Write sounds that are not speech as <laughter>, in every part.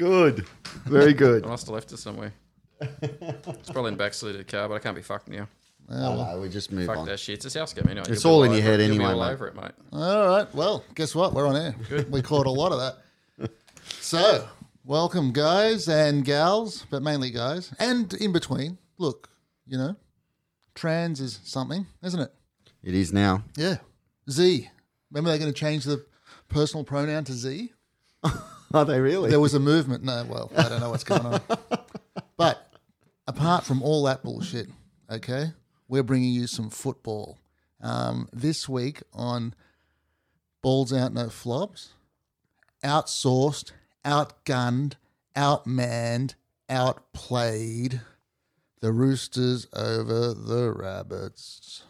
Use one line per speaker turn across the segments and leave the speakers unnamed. Good. Very
<laughs>
I
good.
must have left it somewhere. It's probably in the backseat of the car, but I can't be fucked now.
Oh, well, we just move
Fuck
on.
that shit. It's a house game anyway.
It's
You'll be
all in your
over
head
it. You'll be
anyway,
all
mate.
over it, mate.
All right. Well, guess what? We're on air. We caught a lot of that. So, welcome, guys and gals, but mainly guys, and in between. Look, you know, trans is something, isn't it?
It is now.
Yeah. Z. Remember they're going to change the personal pronoun to Z?
Are they really?
<laughs> There was a movement. No, well, I don't know what's going on. But apart from all that bullshit, okay, we're bringing you some football. Um, this week on Balls Out No Flops, outsourced, outgunned, outmanned, outplayed. The Roosters over the Rabbits.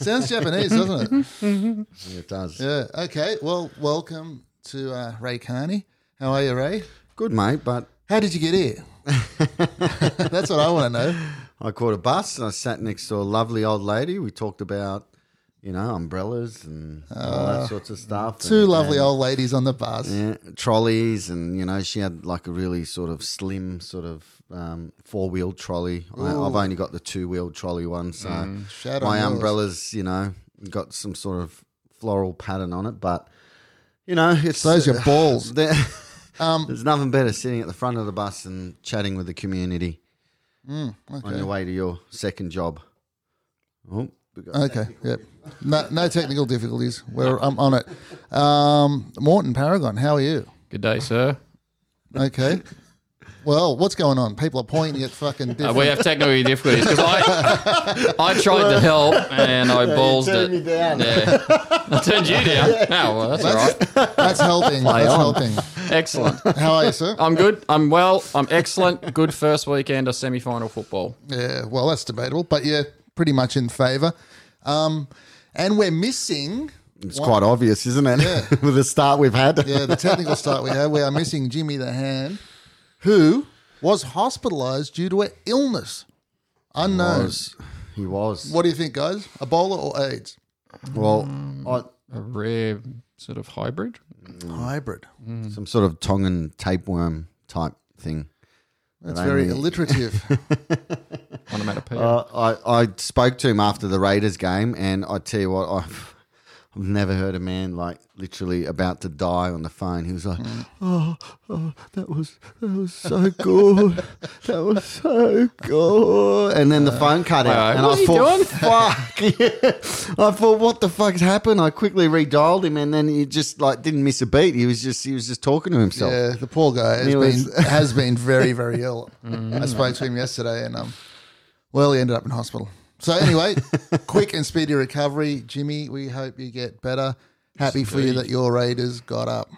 Sounds Japanese, doesn't it?
it does.
Yeah. Okay. Well, welcome to uh, Ray Carney. How are you, Ray?
Good, mate, but
How did you get here? <laughs> That's what I want to know.
I caught a bus and I sat next to a lovely old lady. We talked about, you know, umbrellas and all that sorts of stuff.
Two
and-
lovely
and,
old ladies on the bus.
yeah, trolleys and, you know, she had like a really sort of slim sort of um, four-wheeled trolley. I, I've only got the two-wheeled trolley one, so
Shout
my
out
umbrellas, you know, got some sort of floral pattern on it, but, you know, it's... uh,
Those are balls.
<laughs> There-
Um,
There's nothing better sitting at the front of the bus and chatting with the community
mm,
on your way to your second job. Oh, we got-
okay. Yep. No, no technical difficulties. We're I'm on it. Um, Morton Paragon, how are you?
Good day, sir.
Okay. Well, what's going on? People are pointing at fucking
Uh,
<laughs>
different.
we have technical difficulties because I, I tried to help and I balls
turned
it.
me down.
Yeah. I turned you down. Oh, well, that's all right.
That's helping. That's helping.
Excellent.
How are
<laughs>
you, sir?
Oh.
I'm good. I'm well. I'm excellent. Good first weekend of semi final football.
Yeah, well, that's debatable, but yeah, pretty much in favour. Um, and we're missing.
it's quite obvious, isn't it? <laughs> with the start we've had.
Yeah, the technical start we had. We are missing Jimmy the Hand, who was hospitalised due to an illness unknown.
Was- He was.
What do you think, guys? Ebola or AIDS?
Well,
Mm.
I-
A rare sort of hybrid.
Hybrid.
some sort of Tongan tapeworm type thing.
That's
They
very
need-
<laughs> alliterative.
Onomatopoeia.
Uh, I, I spoke to him after the Raiders game, and I tell you what, I've, I've never heard a man like literally about to die on the phone. He was like, "Oh, oh that was that was so good, that was so good," and then the phone cut out, and I
what are
<laughs>
you
thought, "Fuck!" Yeah. I thought, "What the fuck's happened?" I quickly redialed him, and then he just like didn't miss a beat. He was just he was just talking to himself.
yeah, the poor guy has
He was-
been, has been very, very <laughs> ill. I spoke to him yesterday and, um, well, he ended up in hospital. So, <laughs> anyway, quick and speedy recovery. Jimmy, we hope you get better. Happy for you that your Raiders got up.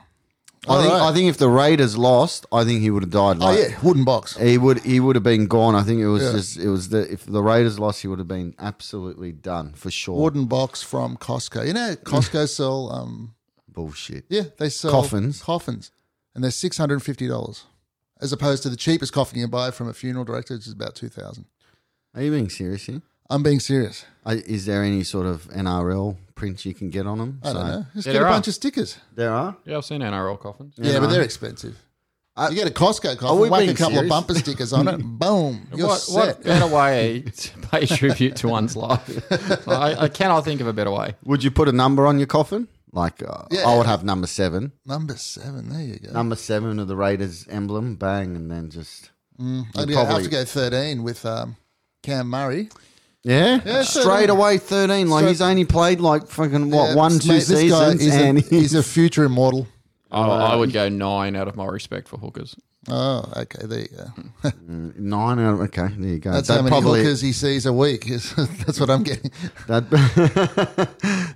I think
All right.
I think if the Raiders lost, I think he would have died.
Oh
like-
yeah, wooden box.
He would he would have been gone. I think it was
Yeah.
just it was the if the Raiders lost, he would have been absolutely done for sure.
Wooden box from Costco.
<laughs>
You know, Costco sell. Um,
Bullshit.
yeah, they sell
Coffins.
Coffins, and they're six hundred and fifty dollars, as opposed to the cheapest coffin you can buy from a funeral director, which is about two thousand.
Are you being serious here?
I'm being serious.
I- Is there any sort of NRL print you can get on them?
I don't know. Just
Yeah,
get a
there are.
bunch of stickers.
There are.
yeah, I've seen NRL coffins.
Yeah, but they're expensive. you get a Costco
we
coffin, whack a
being
couple of
serious?
bumper
<laughs>
stickers on it, boom, you're
what,
set.
what better way to pay tribute to one's life? I, I cannot think of a better way.
Would you put a number on your coffin? Like uh,
Yeah.
I would have number seven,
Number seven. There you go.
number seven of the Raiders emblem, bang, and then just
I'd
you'd
go- have
probably-
to go thirteen with um, Cam Murray.
yeah,
so-
straight away thirteen. Like he's only played like fucking what
Yeah,
one
mate,
two seasons,
This guy
and
is a, he's a future immortal.
I, I would go nine out of my respect for hookers.
Oh, okay. There you go.
<laughs> nine out. of- Okay, there you go.
That's
That
how many <laughs>
probably-
hookers he sees a week. Is- That's what I'm getting.
That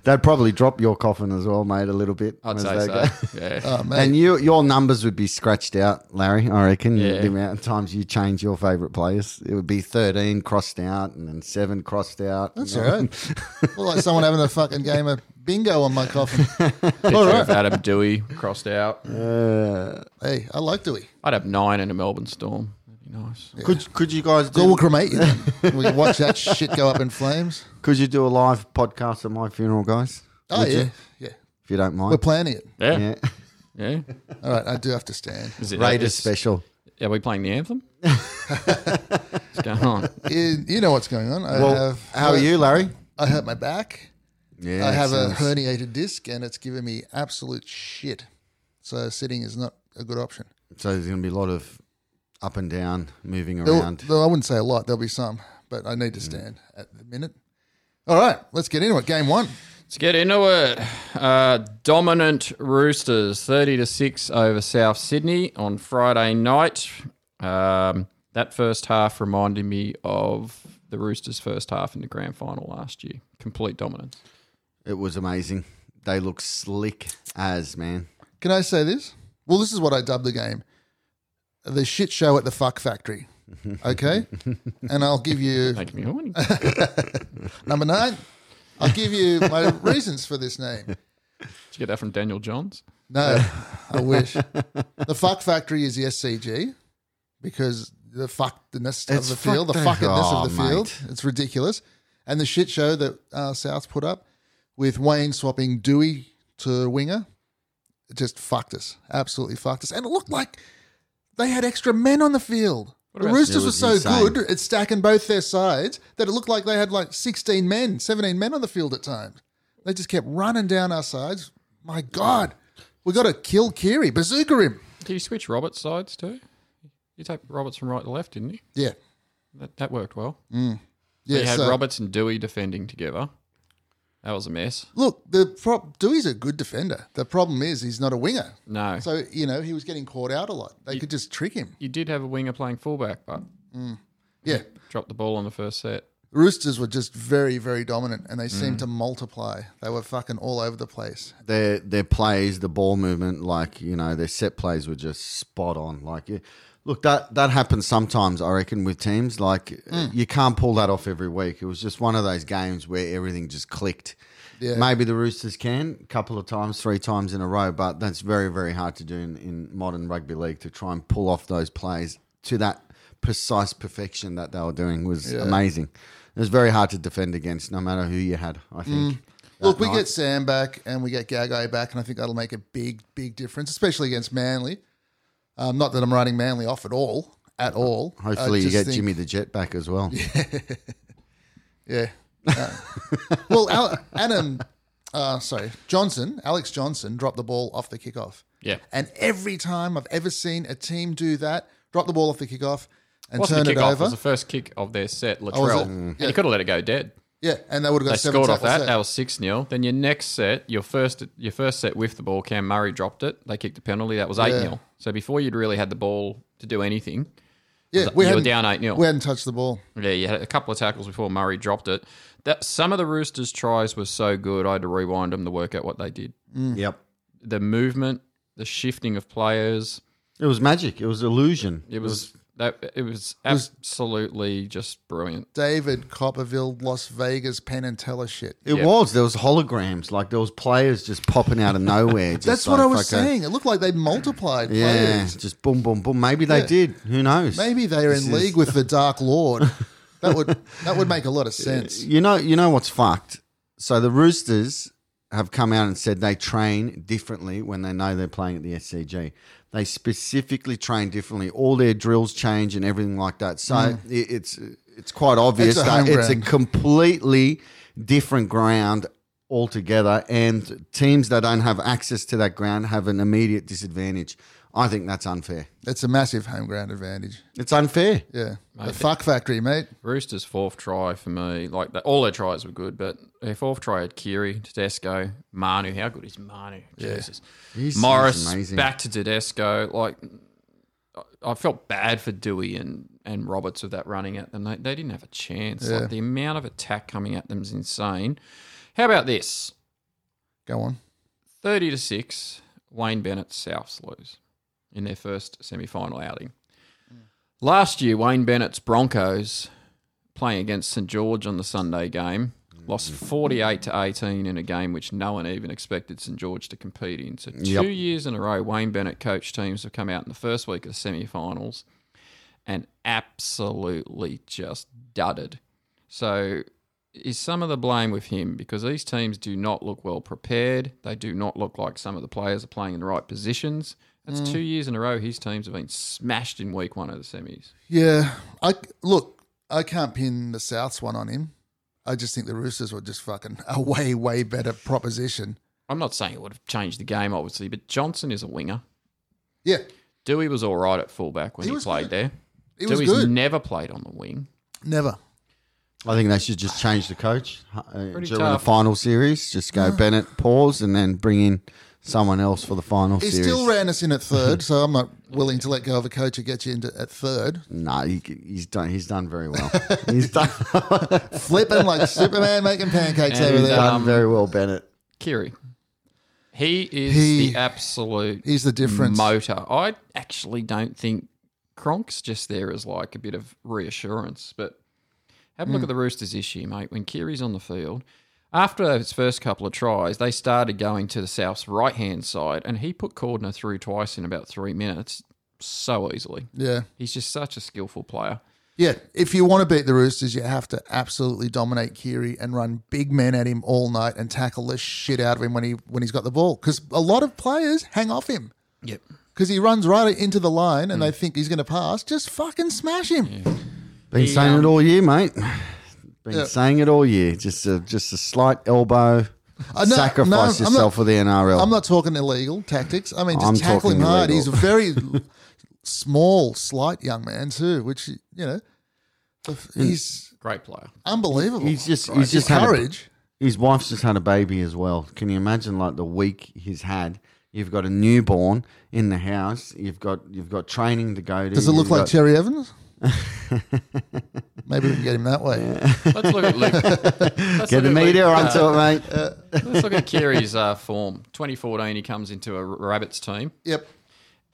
<laughs> They'd probably drop your coffin as well, mate, a little bit.
I'd
as
say
they
so.
go.
Yeah.
<laughs> Oh, mate.
And you, your numbers would be scratched out, Larry. I reckon
Yeah.
the amount of times you change your favourite players, it would be thirteen crossed out and then seven crossed out.
That's all right. well, like someone having a fucking game of bingo on my
<laughs>
coffin.
Picture of Adam Dewey crossed out.
Uh,
Hey, I like Dewey.
I'd have nine in a Melbourne Storm. That'd be nice.
Could could you guys
So we'll
do?
cremate you. Then. <laughs> We can watch that shit go up in flames.
Could you do a live podcast at my funeral, guys? <laughs>
Oh
Would
yeah,
you?
yeah.
if you don't
We're
mind.
planning it.
Yeah. Yeah.
yeah,
All right, I do have to stand.
Is
<laughs>
it,
Raiders
is-
special.
Are we playing the anthem? What's going on?
You, you know what's going on. I
Well,
have.
how are you, Larry?
I hurt my back.
Uh, Yeah,
I have a
sounds-
herniated disc, and it's giving me absolute shit. So sitting is not a good option.
So there's going to be a lot of up and down, moving
There'll-
around.
Though I wouldn't say a lot. There'll be some, but I need to stand at the minute. All right, let's get into it. Game one.
Let's get into it. Uh, dominant Roosters, 30 to 6 over South Sydney on Friday night. Um, that first half reminded me of the Roosters' first half in the grand final last year. Complete dominance.
It was amazing. They look slick as man.
Can I say this? Well, this is what I dubbed the game the shit show at the fuck factory. Okay? and I'll give you
Making me
<laughs>
horny.
number nine. I'll give you my reasons for this name.
Did you get that from Daniel Johns?
<laughs>
No, I wish. The fuck factory is the SCG because the fuckedness
It's
of the field, the
fucked
fuckedness
up.
of the
Oh,
field.
mate.
It's ridiculous. And the shit show that uh, South put up with Wayne swapping Dewey to winger it just fucked us. Absolutely fucked us. And it looked like they had extra men on the field. The
about-
It
Roosters were
was
so
insane.
good at stacking both their sides that it looked like they had like 16 men, 17 men on the field at times. They just kept running down our sides. My God, we got to kill Kiri, bazooka him.
Did you switch Roberts' sides too? You took Roberts from right to left, didn't you?
Yeah.
That, that worked well.
Mm. Yeah,
you had
so-
Roberts and Dewey defending together. That was a mess.
Look, the pro- Dewey's a good defender. The problem is he's not a winger.
No.
So, you know, he was getting caught out a lot. They could just trick him.
you did have a winger playing fullback, but
Yeah.
dropped the ball on the first set.
Roosters were just very, very dominant and they
Mm.
seemed to multiply. They were fucking all over the place.
Their their plays, the ball movement, like you know, their set plays were just spot on. Like, you, look that that happens sometimes. I reckon with teams like you can't pull that off every week. It was just one of those games where everything just clicked.
Yeah.
Maybe the Roosters can a couple of times, three times in a row, but that's very, very hard to do in, in modern rugby league to try and pull off those plays to that precise perfection that they were doing was amazing. It was very hard to defend against, no matter who you had. I think.
Look,
that
we
night.
get Sam back and we get Gagai back, and I think that'll make a big, big difference, especially against Manly. Um, not that I'm writing Manly off at all, at
Uh,
all. I
Hopefully, you
just
get
think-
Jimmy the Jet back as
<laughs>
well.
Yeah.
<laughs>
Uh, well, Al- Adam, uh, sorry, Johnson, Alex Johnson dropped the ball off the kickoff.
Yeah.
And every time I've ever seen a team do that, drop the ball off the kickoff and
What's the
turn
kickoff?
it
It
over. Oh,
was the first kick of their set, Latrell.
was it?
And you could have let it go dead.
yeah, and they would have got
They
seven
scored off
tackles
that.
there.
That was six 0 Then your next set, your first your first set with the ball, Cam Murray dropped it. They kicked a penalty. That was eight 0 So before you'd really had the ball to do anything,
yeah,
you were
hadn't-
down eight 0
We hadn't touched the ball.
Yeah, you had a couple of tackles before Murray dropped it. That some of the Roosters' tries were so good, I had to rewind them to work out what they did.
Yep,
The movement, the shifting of players.
it was magic. It was illusion.
It was that. It was absolutely just brilliant.
David Copperfield, Las Vegas, Penn and Teller shit.
It
Yeah.
was. There was holograms. Like there was players just popping out of nowhere. just
<laughs> That's what
like
I was
fucking-
saying. It looked like they multiplied
Yeah,
players.
just boom, boom, boom. Maybe they did. Who knows?
Maybe they're
This
in
is-
league with the Dark Lord.
<laughs>
That would that would make a lot of sense.
You know, you know what's fucked. So the Roosters have come out and said they train differently when they know they're playing at the SCG. They specifically train differently. All their drills change and everything like that. So it, it's it's quite obvious
Hmm. It's a
that
home
it's a
ground.
completely different ground altogether, and teams that don't have access to that ground have an immediate disadvantage. I think that's unfair.
It's a massive home ground advantage.
It's unfair.
Yeah, the fuck factory, mate.
Roosters' fourth try for me, like that, all their tries were good, but their fourth try had Kiri, Tedesco, Manu. How good is Manu? Jesus,
He's- he's
Morris
amazing.
back to Tedesco. Like I I felt bad for Dewey and and Roberts with that running at them. They, they didn't have a chance. Like the amount of attack coming at them is insane. How about this?
Go on.
30 to 6, Wayne Bennett Souths lose in their first semi final outing. Last year, Wayne Bennett's Broncos playing against St George on the Sunday game lost 48 to 18 in a game which no one even expected St George to compete in. So, two
Yep.
years in a row, Wayne Bennett coach teams have come out in the first week of the semi finals and absolutely just dudded. So is some of the blame with him because these teams do not look well prepared. They do not look like some of the players are playing in the right positions. That's
Mm.
two years in a row his teams have been smashed in week one of the semis.
Yeah, I look. I can't pin the Souths one on him. I just think the Roosters were just fucking <laughs> a way way better proposition.
I'm not saying it would have changed the game, obviously, but Johnson is a winger.
Yeah,
Dewey was all right at fullback when
He
he,
was
played
good.
there.
it was
Dewey's
good.
never played on the wing.
Never.
I think they should just change the coach uh, during the
tough.
final series. Just go
<sighs>
Bennett, pause, and then bring in someone else for the final
He
series.
still ran us in at third, so
<laughs>
I'm not willing to let go of a coach who gets you into at third.
no, he, he's done. He's done very
<laughs>
well. he's done,
Flipping
<laughs>
like Superman making pancakes
And,
over there.
uh,
done very well, Bennett.
Kiri. He is
He-
the absolute
He's the difference.
motor. I actually don't think Kronk's just there as like a bit of reassurance. But have a
Hmm.
look at the Roosters this year, mate. When Kiri's on the field, after his first couple of tries, they started going to the South's right hand side, and he put Cordner through twice in about three minutes so easily.
yeah.
He's just such a skillful player.
Yeah, if you want to beat the Roosters, you have to absolutely dominate Kiri and run big men at him all night and tackle the shit out of him when he when he's got the ball. Because a lot of players hang off him
Yep.
because he runs right into the line and they think he's going to pass. Just fucking smash him.
Been
He,
saying
um,
it all year, mate. Been
Yeah.
saying it all year. Just a just a slight elbow.
no,
sacrifice
no, I'm not-
yourself for the NRL.
I'm not talking illegal tactics. I mean, just
I'm
tackle him
talking
hard.
illegal.
He's a very
<laughs>
small, slight young man too, which you know, he's
Great player.
unbelievable.
He's just
His
he's just had a-
courage.
his wife's just had a baby as well. Can you imagine like the week he's had? You've got a newborn in the house. You've got you've got training to go to.
Does it look
You've
like
got-
Terry Evans? Maybe we can get him that way.
Let's
<laughs>
look at Luke.
Get
Let's
the
look at Luke- Uh,
media onto it, mate.
Uh,
Let's look at Kiri's uh, form. 2014, he comes into a Rabbits team.
Yep.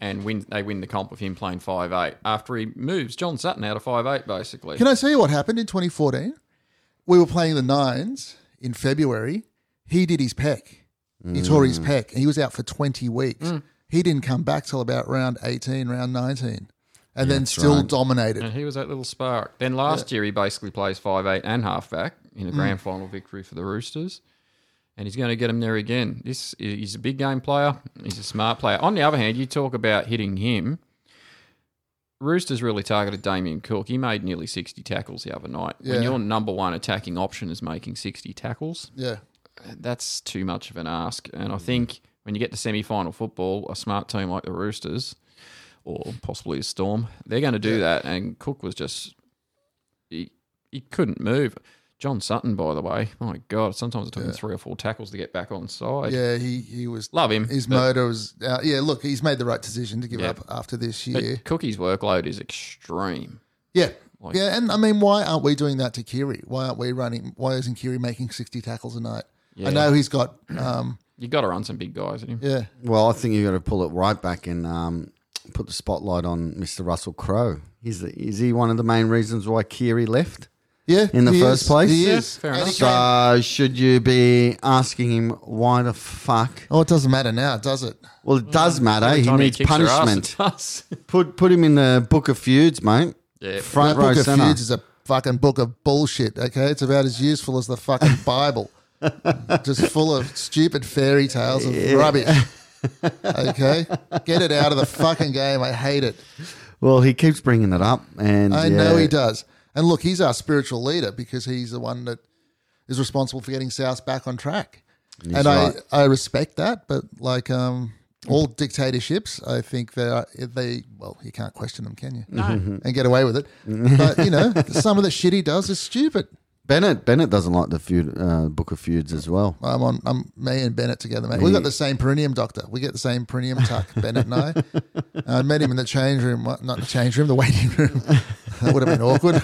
and win they win the comp of him playing five eight after he moves John Sutton out of five eight basically.
Can I tell you what happened in 2014? We were playing the Nines in February. He did his pec. He tore his pec and he was out for 20 weeks.
Mm.
He didn't come back till about round 18, round 19, and then still dominated.
and he was that little spark. Then last year he basically plays five eight and halfback in
Mm.
a grand final victory for the Roosters. And he's going to get him there again. This he's a big game player. He's a smart player. On the other hand, you talk about hitting him. Roosters really targeted Damien Cook. He made nearly sixty tackles the other night.
Yeah.
When your number one attacking option is making sixty tackles,
Yeah.
that's too much of an ask. And I
Mm.
think when you get to semi final football, a smart team like the Roosters or possibly a Storm, they're going to do that. And Cook was just, he, he couldn't move. John Sutton, by the way, my God, sometimes it took him three or four tackles to get back on side.
Yeah, he, he was.
Love him.
His
but,
motor was. Uh, yeah, look, he's made the right decision to give
Yeah.
up after this
but
year.
Cookie's workload is extreme.
Yeah.
Like-
yeah, and I mean, why aren't we doing that to Kiri? Why aren't we running? Why isn't Kiri making 60 tackles a night?
Yeah.
I know he's got. Um,
you got to run some big guys at him.
yeah.
Well, I think you've got to pull it right back and um, put the spotlight on Mr. Russell Crowe. Is, the, is he one of the main reasons why Keary left?
Yeah.
In the
he
first
is.
place?
He
Yeah,
is.
fair
And
enough.
he came-
So should you be asking him why the fuck?
Oh, it doesn't matter now, does it?
Well, it does matter.
Mm. Every
He
time
needs
kicks their ass,
punishment.
it does.
Put put him in the book of feuds, mate.
Yeah.
Front
That
row
book of
center.
feuds is a fucking book of bullshit. Okay, it's about as useful as
<laughs>
the fucking Bible, just full of stupid fairy tales of rubbish. Okay, get it out of the fucking game. I hate it.
Well, he keeps bringing it up, and
I know
yeah,
he does. And look, he's our spiritual leader because he's the one that is responsible for getting South back on track. and
right.
I, I respect that, but like um, all dictatorships, I think they are they well, you can't question them, can you? No. And get away
<laughs>
with it. But you know, some of the shit he does is stupid.
Bennett Bennett doesn't like the feud, uh, book of feuds as well.
I'm on. I'm me and Bennett together, mate. We got the same perineum doctor. We get the same perineum tuck, <laughs> Bennett and I. Uh, I met him in the change room, not the change room, the waiting room. <laughs> that would have been awkward.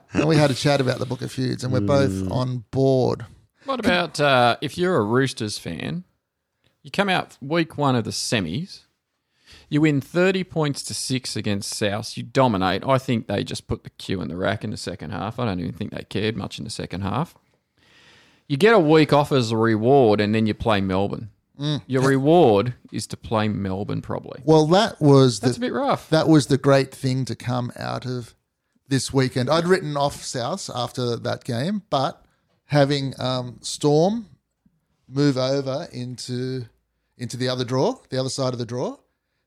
<laughs> and we had a chat about the Book of Feuds, and we're both on board.
What about uh, if you're a Roosters fan? You come out week one of the semis. You win 30 points to six against South. You dominate. I think they just put the Q in the rack in the second half. I don't even think they cared much in the second half. You get a week off as a reward, and then you play Melbourne. Your reward is to play Melbourne, probably.
Well, that was
That's
the
a bit rough.
that was the great thing to come out of this weekend. I'd written off South after that game, but having um, Storm move over into into the other draw, the other side of the draw,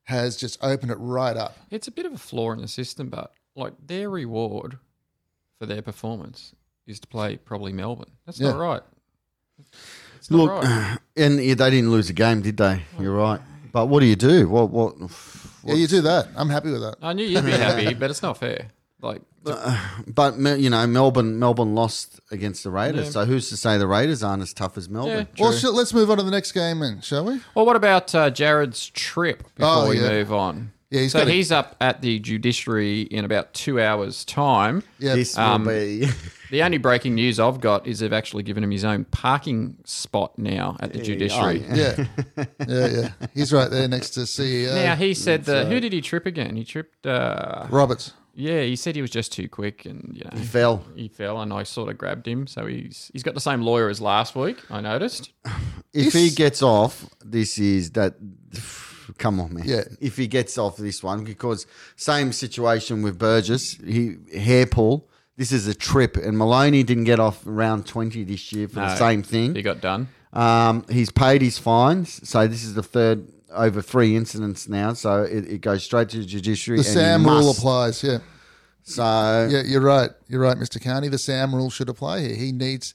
has just opened it right up.
It's a bit of a flaw in the system, but like their reward for their performance is to play probably Melbourne. That's not
Yeah.
right. It's not
Look,
<laughs>
right.
<sighs> and yeah, they didn't lose a game, did they? You're right. But what do you do? What what? <sighs>
Yeah, you do that. I'm happy with that.
I knew you'd be happy, but it's not fair. Like,
But Me- you know, Melbourne Melbourne lost against the Raiders. So who's to say the Raiders aren't as tough as
yeah.
Melbourne?
Well, sh- let's move on to the next game, then, shall we?
Well, what about uh, Jared's trip before
Oh,
we
yeah.
move on?
Yeah, he's
so
got a-
he's up at the judiciary in about two hours' time.
Yeah,
This
Um,
will be. <laughs>
The only breaking news I've got is they've actually given him his own parking spot now at the judiciary.
yeah, yeah, yeah. He's right there next to E CEO
Now he said that who did he trip again? He tripped. Uh,
Roberts.
yeah, he said he was just too quick, and you know he
fell.
He fell, and I sort of grabbed him. So he's he's got the same lawyer as last week. I noticed.
If he gets off, this is that. Come on, man.
Yeah.
If he gets off this one, because same situation with Burgess, he hair pull. This is a trip, and Maloney didn't get off round twenty this year for the
No.
same thing.
He got done.
Um, he's paid his fines, so this is the third over three incidents now. So it, it goes straight to the judiciary.
The
and he
Sam rule
must.
applies. Yeah.
So
Yeah, you're right. You're right, Mr. Carney. The Sam rule should apply here. He needs.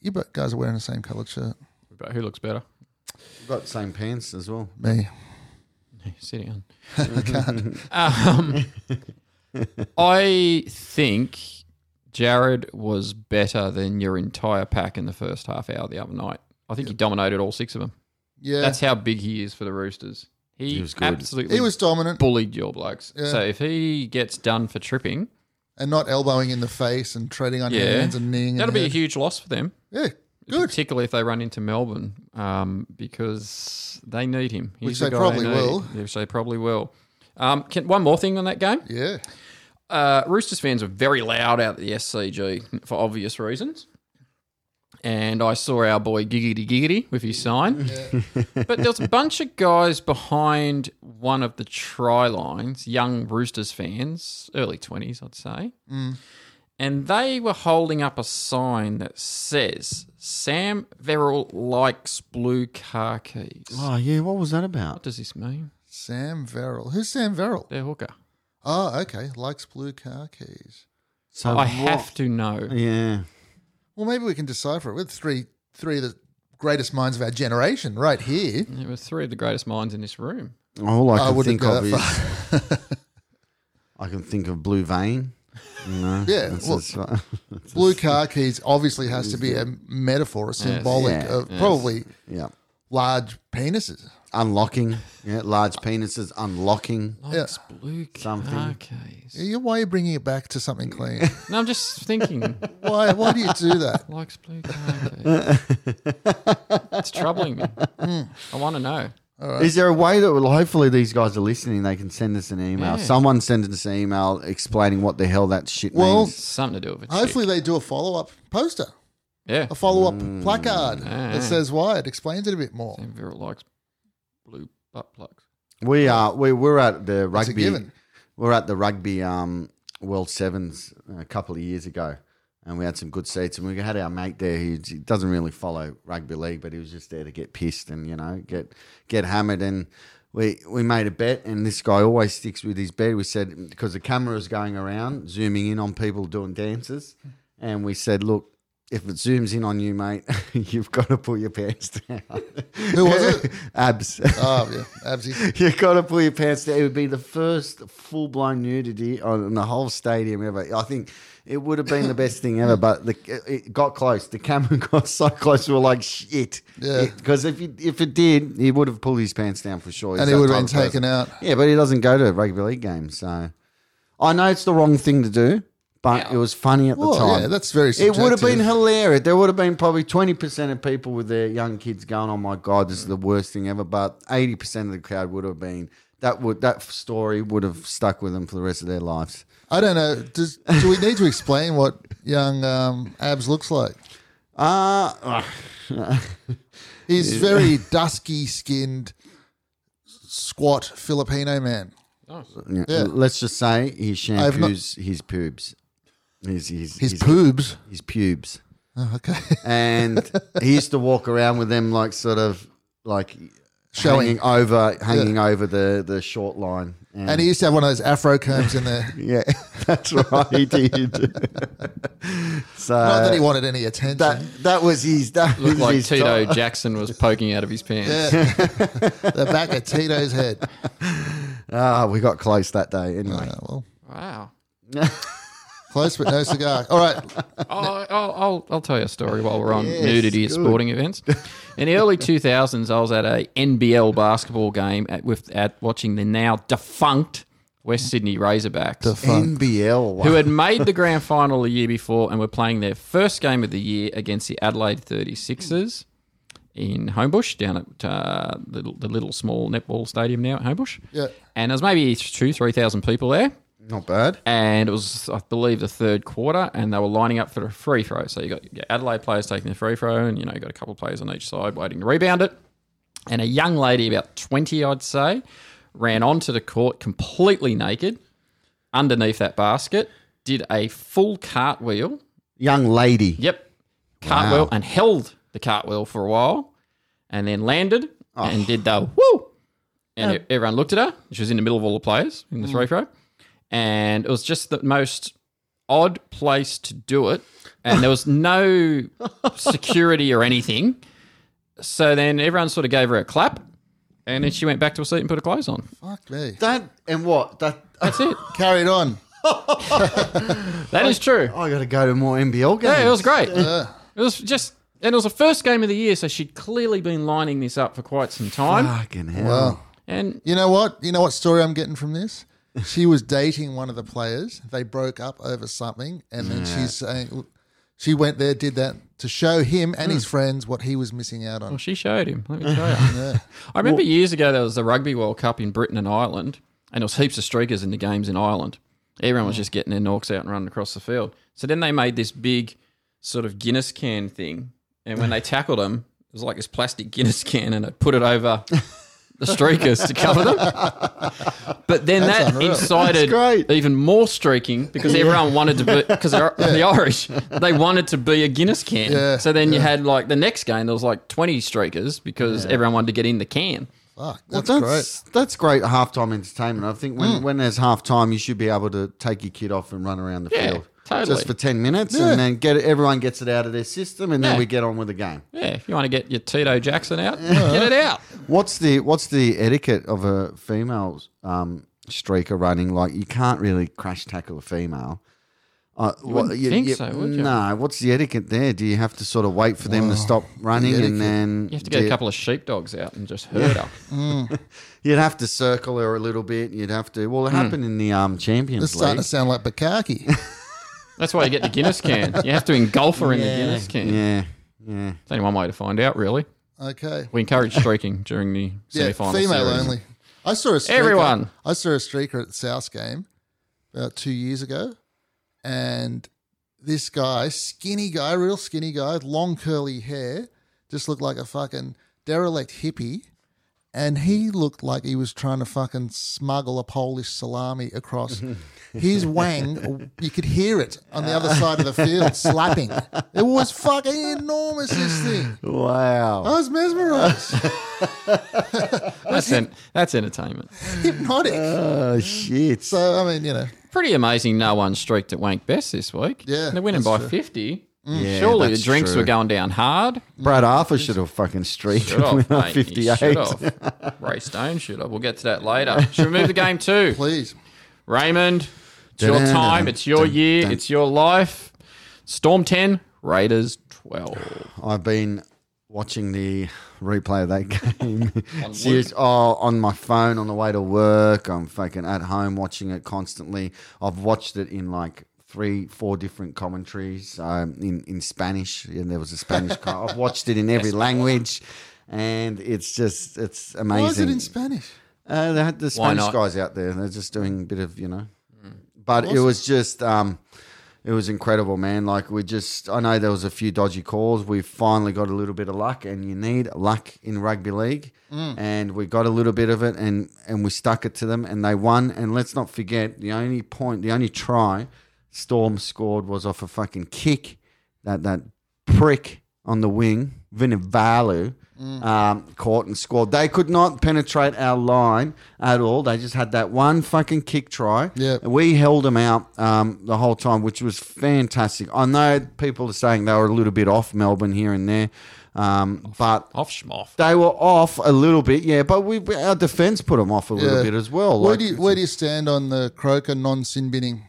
You bu- guys are wearing the same coloured shirt.
But who looks better?
we've got the same pants as well.
Me.
Sit down. um, I think Jared was better than your entire pack in the first half hour the other night. I think he dominated all six of them.
Yeah.
That's how big he is for the Roosters. He,
was
was
good.
absolutely
he was dominant
bullied your blokes. So if he gets done for tripping,
and not elbowing in the face and treading on your
Yeah.
hands and kneeing. in
that'll be
the
a
head.
huge loss for them.
Yeah. Good.
Particularly if they run into Melbourne, um, because they need him. He's
Which
the
they
guy
probably
need.
will.
Which they probably will. Um, can, one more thing on that game.
Yeah.
uh, Roosters fans were very loud out at the SCG for obvious reasons. And I saw our boy Giggity Giggity with his sign. but there was a bunch of guys behind one of the try lines, young Roosters fans, early 20s, I'd say. And they were holding up a sign that says, Sam Verrill likes blue car keys.
Oh yeah, what was that about?
What does this mean?
Sam Verrill. Who's Sam Verrill?
Their hooker.
Oh, okay. Likes blue car keys.
So
I have to know.
Yeah.
Well, maybe we can decipher it with three three of the greatest minds of our generation right here.
There were three of the greatest minds in this room.
All I
I
can think
wouldn't go
of
that
is
far.
I can think of Blue Vein. You know,
<laughs> Yeah,
that's-
well-
that's-
Blue car keys obviously has to be a metaphor, a symbolic
Yeah,
of
yes.
probably
<laughs> yeah.
large penises.
Unlocking. Yeah, large penises
<laughs>
unlocking.
Likes blue
Something.
car keys.
Yeah, Why are you bringing it back to something
<laughs>
clean?
No, I'm just thinking.
why? Why do you do that? <laughs>
likes blue car keys. it's troubling me.
Hmm.
I want to know.
Is there a way that well, hopefully these guys are listening? They can send us an email.
Yeah.
Someone send us an email explaining what the hell that shit
Well,
means.
Something to do with it.
Hopefully, they do a follow up poster,
yeah.
a follow up
Mm,
placard
Yeah.
that says why. It explains it a bit more.
Sam Vera likes blue butt plugs.
We are we we're at the
It's a
rugby.
given.
We're at the rugby um, World Sevens uh, a couple of years ago, and we had some good seats. And we had our mate there who d- doesn't really follow rugby league, but he was just there to get pissed and you know get get hammered. And we we made a bet, and this guy always sticks with his bet. We said because the camera was going around, zooming in on people doing dances, and we said, look. If it zooms in on you, mate, <laughs> you've got to put your pants down. Who
was it?
<laughs> Abs.
Oh yeah,
<laughs>
Absy.
You gotta pull your pants down. It would be the first full blown nudity on the whole stadium ever. I think it would have been the best thing ever, but the, it got close. The camera <laughs> got so close, we were like, shit.
Yeah.
Because if you, if it did, he would have pulled his pants down for sure. He's
And he
that
would
type
have
of
been
person.
taken out.
Yeah, but he doesn't go to rugby league games, so I know it's the wrong thing to do. but it was funny at the
Well,
time.
yeah, that's very
It would have been
subjective.
hilarious. There would have been probably twenty percent of people with their young kids going, "Oh my god, this is the worst thing ever." But eighty percent of the crowd would have been that would that story would have stuck with them for the rest of their lives.
I don't know. Does, do we need to explain what
<laughs>
young um, Abs looks like?
Uh, <laughs> ugh.
He's very dusky skinned, squat Filipino man.
Yeah,
Yeah.
let's just say he
have not-
shampoos his pubes. His his
His
<laughs>
pubes.
his pubes.
Oh, okay. <laughs>
and he used to walk around with them like sort of like
Showing.
hanging over hanging over the the short line and,
Mm. And he used to have one of those afro combs in there.
yeah <laughs> that's right he
<laughs>
did so
Not that he wanted any attention.
Uh, that that was his that was
Looked like
his
Tito
time.
Jackson was poking out of his pants.
the back of Tito's head.
ah we got close that day anyway
Oh, well,
Wow.
close but no cigar. All right.
I'll, Oh, I'll, I'll, I'll tell you a story while we're on
Yes,
nudity at
good.
sporting events. In the early 2000s, I was at a NBL basketball game at, with, at watching the now defunct West Sydney Razorbacks,
NBL wow.
Uh, who had made the grand final the year before and were playing their first game of the year against the Adelaide 36ers in Homebush, down at uh, the, the little small netball stadium now at Homebush.
Yeah.
And there was maybe two, 3,000 people there
not bad
and it was I believe the third quarter, and they were lining up for a free throw. So you got your Adelaide players taking the free throw, and you know you got a couple of players on each side waiting to rebound it. And a young lady, about twenty, I'd say, ran onto the court completely naked, underneath that basket, did a full cartwheel.
young lady
Yep, cartwheel, and held the cartwheel for a while, and then landed and did the woo. And e- everyone looked at her. She was in the middle of all the players in the three throw, and it was just the most odd place to do it. And there was no security or anything. So then everyone sort of gave her a clap, and then she went back to her seat and put her clothes on.
Fuck me.
that and what that
That's it.
Carried on.
That is true.
I gotta go to more NBL games
Yeah, it was great.
Uh,
It was just, and it was the first game of the year, so she'd clearly been lining this up for quite some time.
fucking hell
Wow.
And
You know what? You know what story I'm getting from this? She was dating one of the players. They broke up over something, and then she's saying she went there, did that to show him and his friends what he was missing out
<laughs>
on.
well, she showed him.
<laughs>
Let me show you. I remember years ago there was the Rugby World Cup in Britain and Ireland, and there was heaps of streakers in the games in Ireland. Everyone was just getting their norks out and running across the field. So then they made this big sort of Guinness can thing, and
<laughs>
when they tackled them, it was like this plastic Guinness can, and they put it over. The streakers to
<laughs>
cover them, but then that
unreal.
That's
incited
great.
even more streaking because everyone wanted to be
<laughs>
because they're the Irish. They wanted to be a Guinness can.
Yeah,
so then you had like the next game there was like twenty streakers because everyone wanted to get in the can.
Fuck, that's, great.
that's that's great halftime entertainment. I think
Mm.
when, when there's halftime, you should be able to take your kid off and run around the
Yeah,
field
totally.
just for ten minutes, and then get it, everyone gets it out of their system, and
Yeah.
then we get on with the game.
Yeah, if you want to get your Tito Jackson out, get it out.
What's the what's the etiquette of a female um, streaker running? Like you can't really crash tackle a female. Uh, you
think so, would you?
No, what's the etiquette there? Do you have to sort of wait for them to stop running
The
and then
You have to
do
get a couple of sheepdogs out and just herd her.
You'd have to circle her a little bit. You'd have to.
Hmm.
Well, it happened in the um, Champions
This is
League.
starting to sound like Bukaki.
That's why you get the Guinness can. You have to engulf her in the
Yeah.
Guinness can.
Yeah, yeah.
It's only one way to find out, really.
okay.
We encourage streaking during the
<laughs> Yeah,
semi-final.
female
series.
only. I saw a streaker,
Everyone.
I saw a streaker at the South game about two years ago, and this guy, skinny guy, real skinny guy, with long curly hair, just looked like a fucking derelict hippie, and he looked like he was trying to fucking smuggle a Polish salami
<laughs>
across. His wang, you could hear it on the other side of the field slapping. It was fucking enormous, this thing.
Wow.
I was mesmerized. <laughs>
That's, en- that's entertainment.
Hypnotic.
Oh shit!
So I mean, you know,
Pretty amazing no one streaked at Wank Best this week.
Yeah,
They're winning
that's
by
true. Mm.
50.
Yeah,
Surely the
that's
drinks
true.
were going down hard.
Brad Arthur should have fucking streaked <laughs>
Should
when
off,
I'm
mate. He
58.
Should off. Ray Stone should off. We'll get to that later. Should we move the game too?
please.
Raymond, it's your
Dun-dun-dun.
time. It's your year. It's your life. Storm 10, Raiders 12.
I've been watching the replay of that <laughs> game. Serious, oh, on my phone on the way to work. I'm fucking at home watching it constantly. I've watched it in like three, four different commentaries um, in in Spanish, and there was a Spanish. com-
<laughs>
I've watched it in every language, and it's just it's amazing.
Why is it in Spanish?
Uh, they had the
Why
Spanish
not? Hmm.
guys out there. They're just doing a bit of you know, but it was just um, it was incredible, man. Like we just, I know there was a few dodgy calls. We finally got a little bit of luck, and you need luck in rugby league, and we got a little bit of it, and and we stuck it to them, and they won. And let's not forget the only point, the only try Storm scored was off a fucking kick that that prick on the wing, Vinavalu, um, caught and scored. They could not penetrate our line at all. They just had that one fucking kick try.
Yep.
We held them out um, the whole time, which was fantastic. I know people are saying they were a little bit off Melbourne here and there, um, but
Off schmoff.
they were off a little bit, yeah. But we our defence put them off a little
Yeah.
bit as well.
Where
Like,
do you, where do you stand on the Croker non sin binning?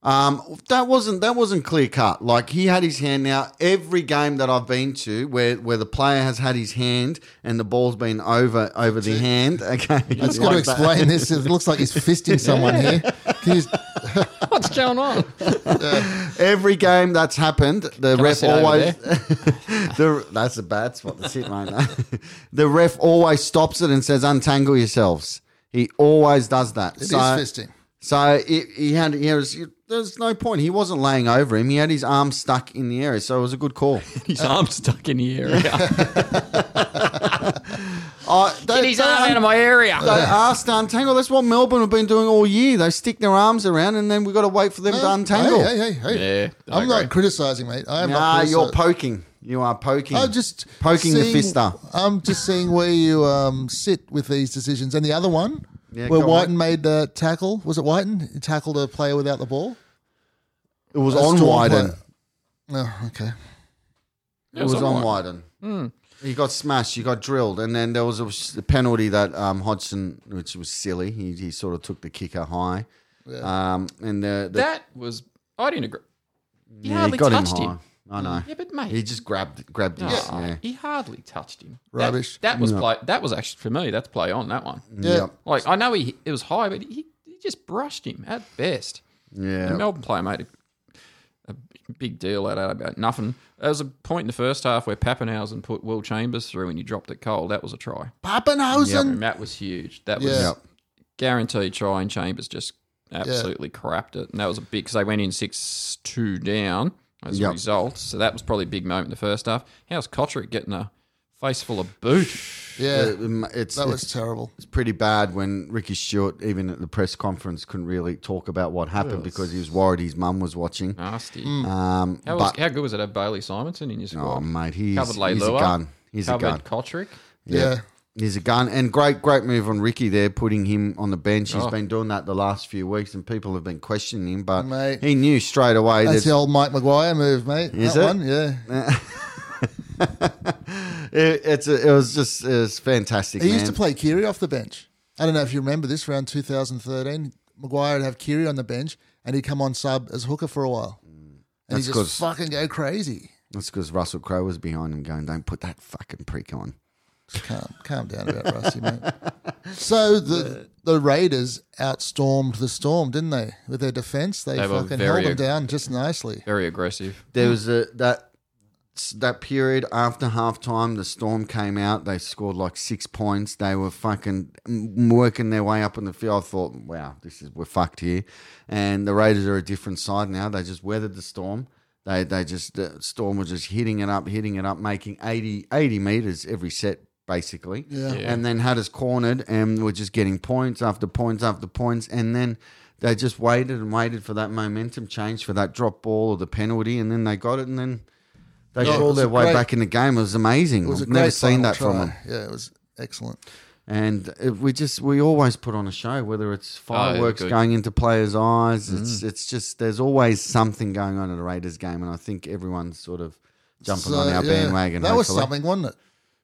Um, that wasn't that wasn't clear cut. Like he had his hand now. Every game that I've been to, where where the player has had his hand and the ball's been over over the hand. <laughs> Okay,
That's got to explain this. It looks like
<laughs>
he's fisting someone here. Can you, uh,
What's going on?
every game that's happened, the
I
ref
sit over
always <laughs> the, that's a bad spot to sit, mate. <laughs> the ref always stops it and says, "Untangle yourselves." He always does that.
it is
So-
fisting.
So it, he had he was there's no point. He wasn't laying over him. He had his arm stuck in the area, so it was a good
<laughs>
call.
His arm's stuck in the area.
I
<laughs> Get his arm out of my area.
They asked to untangle. That's what Melbourne have been doing all year. They stick their arms around, and then we've got to wait for them to untangle.
Hey, hey, hey, hey.
Yeah, I
I'm not
agree.
criticising, mate. I am
Nah,
not
you're
criticising.
poking. You are poking.
I'm just
poking
seeing,
the fister.
I'm just seeing where you um, sit with these decisions. And the other one,
Yeah,
where
go on.
Whiten made the tackle, was it Whiten? He tackled a player without the ball.
It was
That's
on
torn
Wyden.
play. Oh, okay.
It was on Wyden.
Hmm.
He got smashed. He got drilled, and then there was a s- a penalty that um, Hodgson, which was silly. He, he sort of took the kicker high, um, and the, the
That was. I didn't agree.
yeah,
He
he
hardly
got him
touched
high.
him.
I know.
Yeah, but mate,
He just grabbed grabbed his.
Ah,
Yeah.
he hardly touched him. That-
Rubbish.
That, was play. That was actually for me. That's play on that one.
Yeah.
Yep.
Like I know he it was high, but he, he just brushed him at best.
Yeah.
The Melbourne player made a, a big deal out of it about nothing. There was a point in the first half where Pappenhausen put Will Chambers through and he dropped it cold. That was a try.
Pappenhausen.
And that was huge. That was
Yeah.
Yep.
guaranteed try, and Chambers just absolutely crapped it. And that was a big because they went in six two down as
Yep.
a result. So that was probably a big moment in the first half. How's Kotrick getting a face full of
<sighs>
boot?
Yeah,
It- it's,
that
it's
was terrible.
it's pretty bad when Ricky Stewart, even at the press conference, couldn't really talk about what happened because he was worried his mum was watching.
Nasty.
Um,
How, was,
but
how good was it to have Bailey Simonson in your squad?
oh mate, he's,
Covered
he's a
Leilua.
gun. He's a gun.
covered Kotrick.
Yeah.
He's a gun, and great, great move on Ricky there, putting him on the bench. He's
Oh.
been doing that the last few weeks, and people have been questioning him, but
Mate.
he knew straight away
That's the
that
old Mike Maguire move, mate.
Is
that
it?
one, yeah.
it, it's a, it was just it was fantastic.
He used
man.
to play Kiri off the bench. I don't know if you remember this round 2013. Maguire would have Kiri on the bench and he'd come on sub as hooker for a while. And
Mm. That's
he'd
'cause-
just fucking go crazy.
That's because Russell Crowe was behind him, going, "Don't put that fucking prick on."
Just calm, calm down about
<laughs>
Rusty, mate. So the the Raiders outstormed the Storm, didn't they? With their defence, they,
They were
fucking
very
held them
ag-
down just nicely.
Very aggressive.
There was a that that period after halftime. The storm came out. They scored like six points. They were fucking m- working their way up in the field. I thought, wow, this is we're fucked here. And the Raiders are a different side now. They just weathered the storm. They they just the storm was just hitting it up, hitting it up, making 80, 80 meters every set basically.
Yeah.
Yeah.
And then had us cornered, and we're just getting points after points after points, and then they just waited and waited for that momentum change for that drop ball or the penalty, and then they got it, and then they
Yeah, it
crawled
was
their
a
way
great-
back in the game. It was amazing.
It was a
I've
great
never seen
final
that from
try.
them.
Yeah, it was excellent.
And it, we just we always put on a show, whether it's fireworks
Oh, good. Mm.
going into players' eyes. It's it's just there's always something going on at a Raiders game, and I think everyone's sort of jumping
So,
on our
yeah,
bandwagon.
That was
hopefully.
something, wasn't it?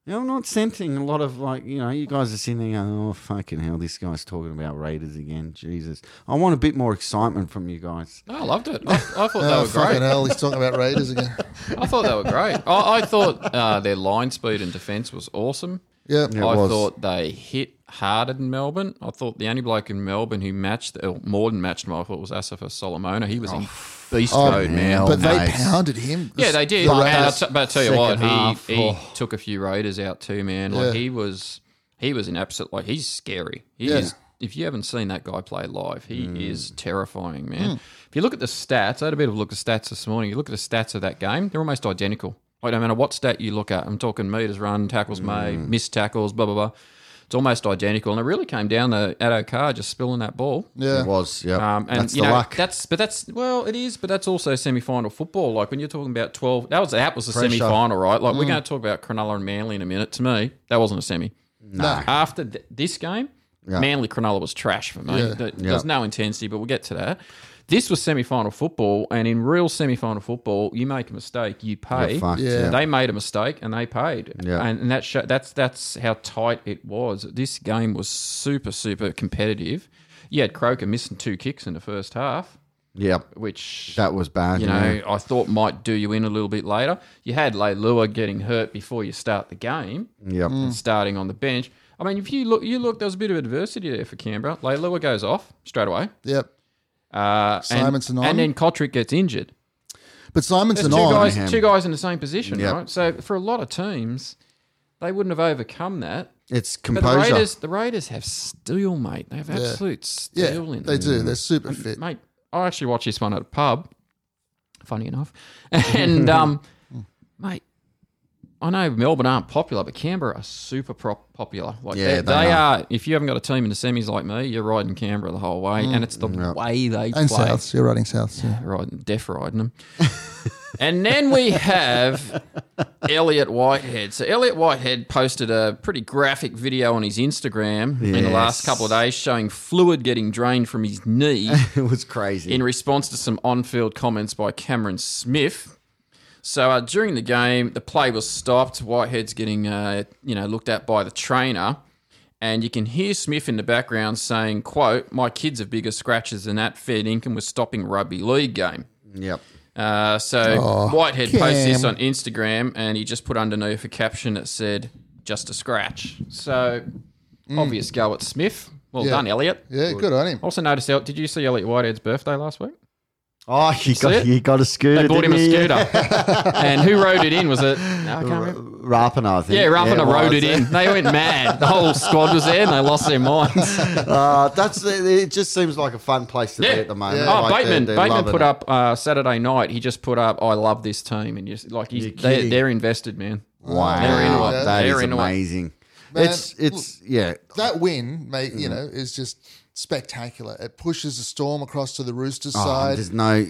Yeah, I'm not sensing a lot of like, you know, you guys are sitting there going, oh, fucking hell, this guy's talking about Raiders again. Jesus. I want a bit more excitement from you guys.
No, I loved it. I, I thought they
Oh,
were
fucking
great.
hell, he's talking
<laughs>
about Raiders again.
I thought they were great. I, I thought uh, their line speed and defence was awesome.
Yeah.
Yeah, it
I
was.
thought they hit harder than Melbourne. I thought the only bloke in Melbourne who matched, or more than matched my thought was Asifa Solomona. He was in beast mode, man.
Um, but they
mate.
pounded him.
Yeah, they did.
The
and I'll
Raiders-
t- but I tell you
second
what,
half,
he, he
oh.
took a few Raiders out too, man. Like he was, he was an absolute. Like he's scary. He
Yeah.
is. If you haven't seen that guy play live, he
Mm.
is terrifying,
Hmm.
man. If you look at the stats, I had a bit of a look at stats this morning. You look at the stats of that game; they're almost identical. Like no matter what stat you look at, I'm talking meters run, tackles
Mm.
made, missed tackles, blah blah blah. It's almost identical, and it really came down to Addo Carr just spilling that ball.
It
yeah.
was, yeah.
Um, and
That's
you
the
know,
luck.
That's but that's well, it is, but that's also semi-final football. Like when you're talking about twelve, that was that was the semi-final, right? Like
Mm.
we're going to talk about Cronulla and Manly in a minute. To me, that wasn't a semi. No. After th- this game, Manly Cronulla was trash for me. Th- There's no intensity, but we'll get to that. This was semi-final football, and in real semi-final football, you make a mistake, you pay.
You're fucked,
Yeah. yeah.
They made a mistake and they paid,
Yeah.
and, and that show, that's that's how tight it was. This game was super super competitive. You had Croker missing two kicks in the first half,
yeah.
which
That was bad.
you know I thought might do you in a little bit later. You had Leilua getting hurt before you start the game,
yeah.
Mm.
and starting on the bench. I mean, if you look, you look, there was a bit of adversity there for Canberra. Leilua goes off straight away,
Yep.
uh,
Simonson
and,
on.
and then Kotrick gets injured.
But Simonson
There's two
on.
guys,
him.
two guys in the same position,
Yep.
right? So for a lot of teams, they wouldn't have overcome that.
It's
But the
composure.
Raiders, the Raiders have steel, mate. They have absolute
Yeah,
steel in Mm.
they
them.
do. They're super fit.
mate. I actually watched this one at a pub. Funny enough, <laughs> and um, mate, I know Melbourne aren't popular, but Canberra are super prop- popular. Like
Yeah,
they,
they
they
are.
are. If you haven't got a team in the semis like me, you're riding Canberra the whole way, and it's the way they
And
play
Souths. You're riding Souths. Yeah.
riding, deaf riding them. and then we have Elliot Whitehead. So Elliot Whitehead posted a pretty graphic video on his Instagram in the last
Yes.
couple of days showing fluid getting drained from his knee
<laughs> it was crazy.
in response to some on-field comments by Cameron Smith. So uh, during the game, the play was stopped. Whitehead's getting, uh, you know, looked at by the trainer, and you can hear Smith in the background saying, "quote My kids have bigger scratches than that. Fair income was stopping rugby league game."
yep.
Uh, so
Oh,
Whitehead
Cam.
posted this on Instagram, and he just put underneath a caption that said, "Just a scratch." So
Mm.
obvious go at Smith. Well
Yeah.
done, Elliot.
Yeah, good on him.
Also noticed, El- did you see Elliot Whitehead's birthday last week?
Oh, he got
it?
he got a scooter.
They bought him
didn't
a
he?
scooter.
<laughs>
and who rode it in? Was it? No, I can't remember.
Rapana, I think.
Yeah, Ruffin
was.
rode
<laughs>
it in. They went mad. The whole squad was there and they lost
<laughs>
their minds.
Uh, that's it. Just seems like a fun place to
Yeah.
be at the moment. Like,
Oh,
they're-
Bateman!
they're
Bateman
loving
put
it.
up uh, Saturday night. He just put up, "I love this team," and just like he's, they're,
kidding.
they're invested, man.
Wow,
They're into it.
that
They're
is
into it.
amazing.
Man,
it's it's yeah.
That win, mate,
Mm.
you know, is just spectacular. It pushes the storm across to the Roosters
Oh,
side.
there's no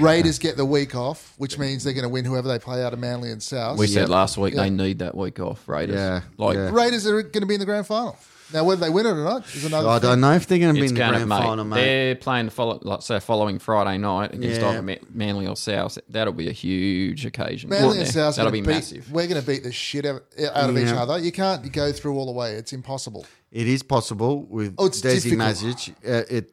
Raiders get the week off, which means they're going to win whoever they play out of Manly and South.
We said last week they need that week off, Raiders.
Yeah,
like
yeah.
Raiders are going to be in the grand final. Now, whether they win it or not is another.
I
thing.
don't know if they're going to be
it's
in the
going to
grand
mate.
final, mate.
They're playing the follow, like, so following Friday night against
Yeah.
either Ma- Manly or South. That'll be a huge occasion.
Manly
wouldn't
and
it?
South are
That'll
gonna
be
beat,
massive.
We're going to beat the shit out out of each
Yeah.
other. You can't go through all the way. It's impossible.
It is possible with
Oh, it's
Desi
difficult.
Mazic. Uh, it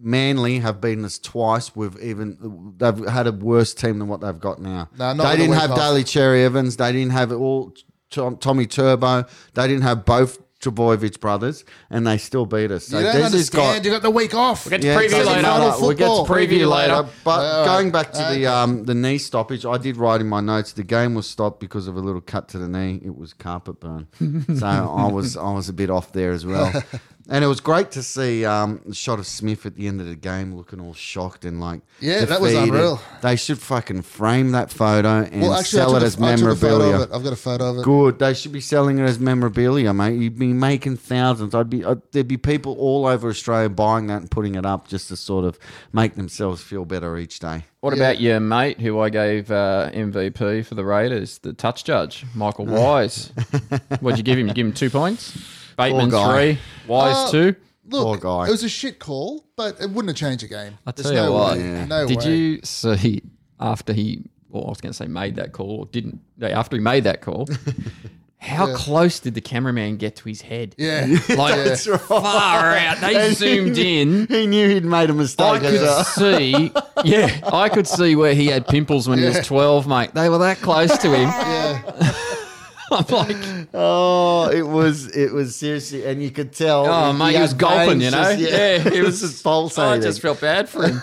Manly have beaten us twice. We've even they've had a worse team than what they've got now.
No, not
they
with the
didn't
week
have
off.
Daly Cherry Evans. They didn't have all Tom, Tommy Turbo. They didn't have both Trebojevic brothers, and they still beat us. So
you don't
Desi's got-
understand. You got the week off.
get to preview
it doesn't
later.
matter.
Final
We'll get to
football.
preview
Preview
later.
later.
But
All right.
going back to
Okay.
the um, the knee stoppage, I did write in my notes the game was stopped because of a little cut to the knee. It was carpet burn,
<laughs>
so I was I was a bit off there as well. And it was great to see um, the shot of Smith at the end of the game looking all shocked and like
Yeah, that was
defeated.
unreal.
They should fucking frame that photo and
Well, actually, I
sell
took,
it
a,
as
I took a photo of
memorabilia.
it. I've got a photo of it.
Good. They should be selling it as memorabilia, mate. You'd be making thousands. I'd be I'd, there'd be people all over Australia buying that and putting it up just to sort of make themselves feel better each day.
What about your mate who I gave uh, MVP for the Raiders, the touch judge, Michael Wise? What'd you give him? You give him two points? Bateman
guy.
three, Wise
Uh,
two.
Look,
Poor guy.
it was a shit call, but it wouldn't have changed the game.
I
There's
tell you
no
what,
way. no
Did
way.
you see after he, well, I was going to say made that call or didn't, no, after he made that
<laughs>
call, how close did the cameraman get to his head? <laughs>
Yeah. <laughs>
Like, far out. They zoomed in.
He knew he'd made a
I
mistake. as
could
well.
see, yeah, I <laughs> could see where he had pimples when he was 12, mate. They were that close to him.
<laughs> Yeah.
I'm like,
Oh, it was it was seriously, and you could tell.
oh, mate, he was
had
gulping,
veins
you know?
just-
yeah.
<laughs>
he
it was
was just
just
I
pulsating.
just felt bad for him.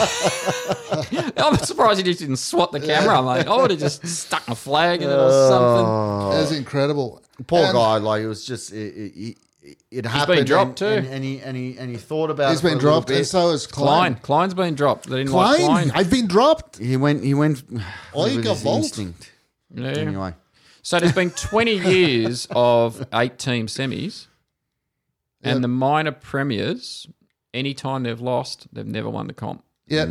Like- <laughs> I'm surprised he just didn't swat the camera. I'm like, I would have just stuck my flag in it
<laughs>
or
Oh.
something.
That's incredible.
Oh, Poor
And
guy, like it was just it. it, it it happened.
dropped
and, and,
too.
and he and he and he thought about.
He's
it for
been
a little
dropped,
bit.
and so is Klein.
Klein. Klein's been dropped. They didn't
Klein,
like Klein.
I've been dropped.
He went. He went. <sighs>
Oh, he
with
got
his
bolt.
instinct.
Yeah.
Anyway,
So there's been 20
<laughs>
years of eight team semis, and the minor premiers, anytime they've lost, they've never won the comp.
Yeah, yeah. It's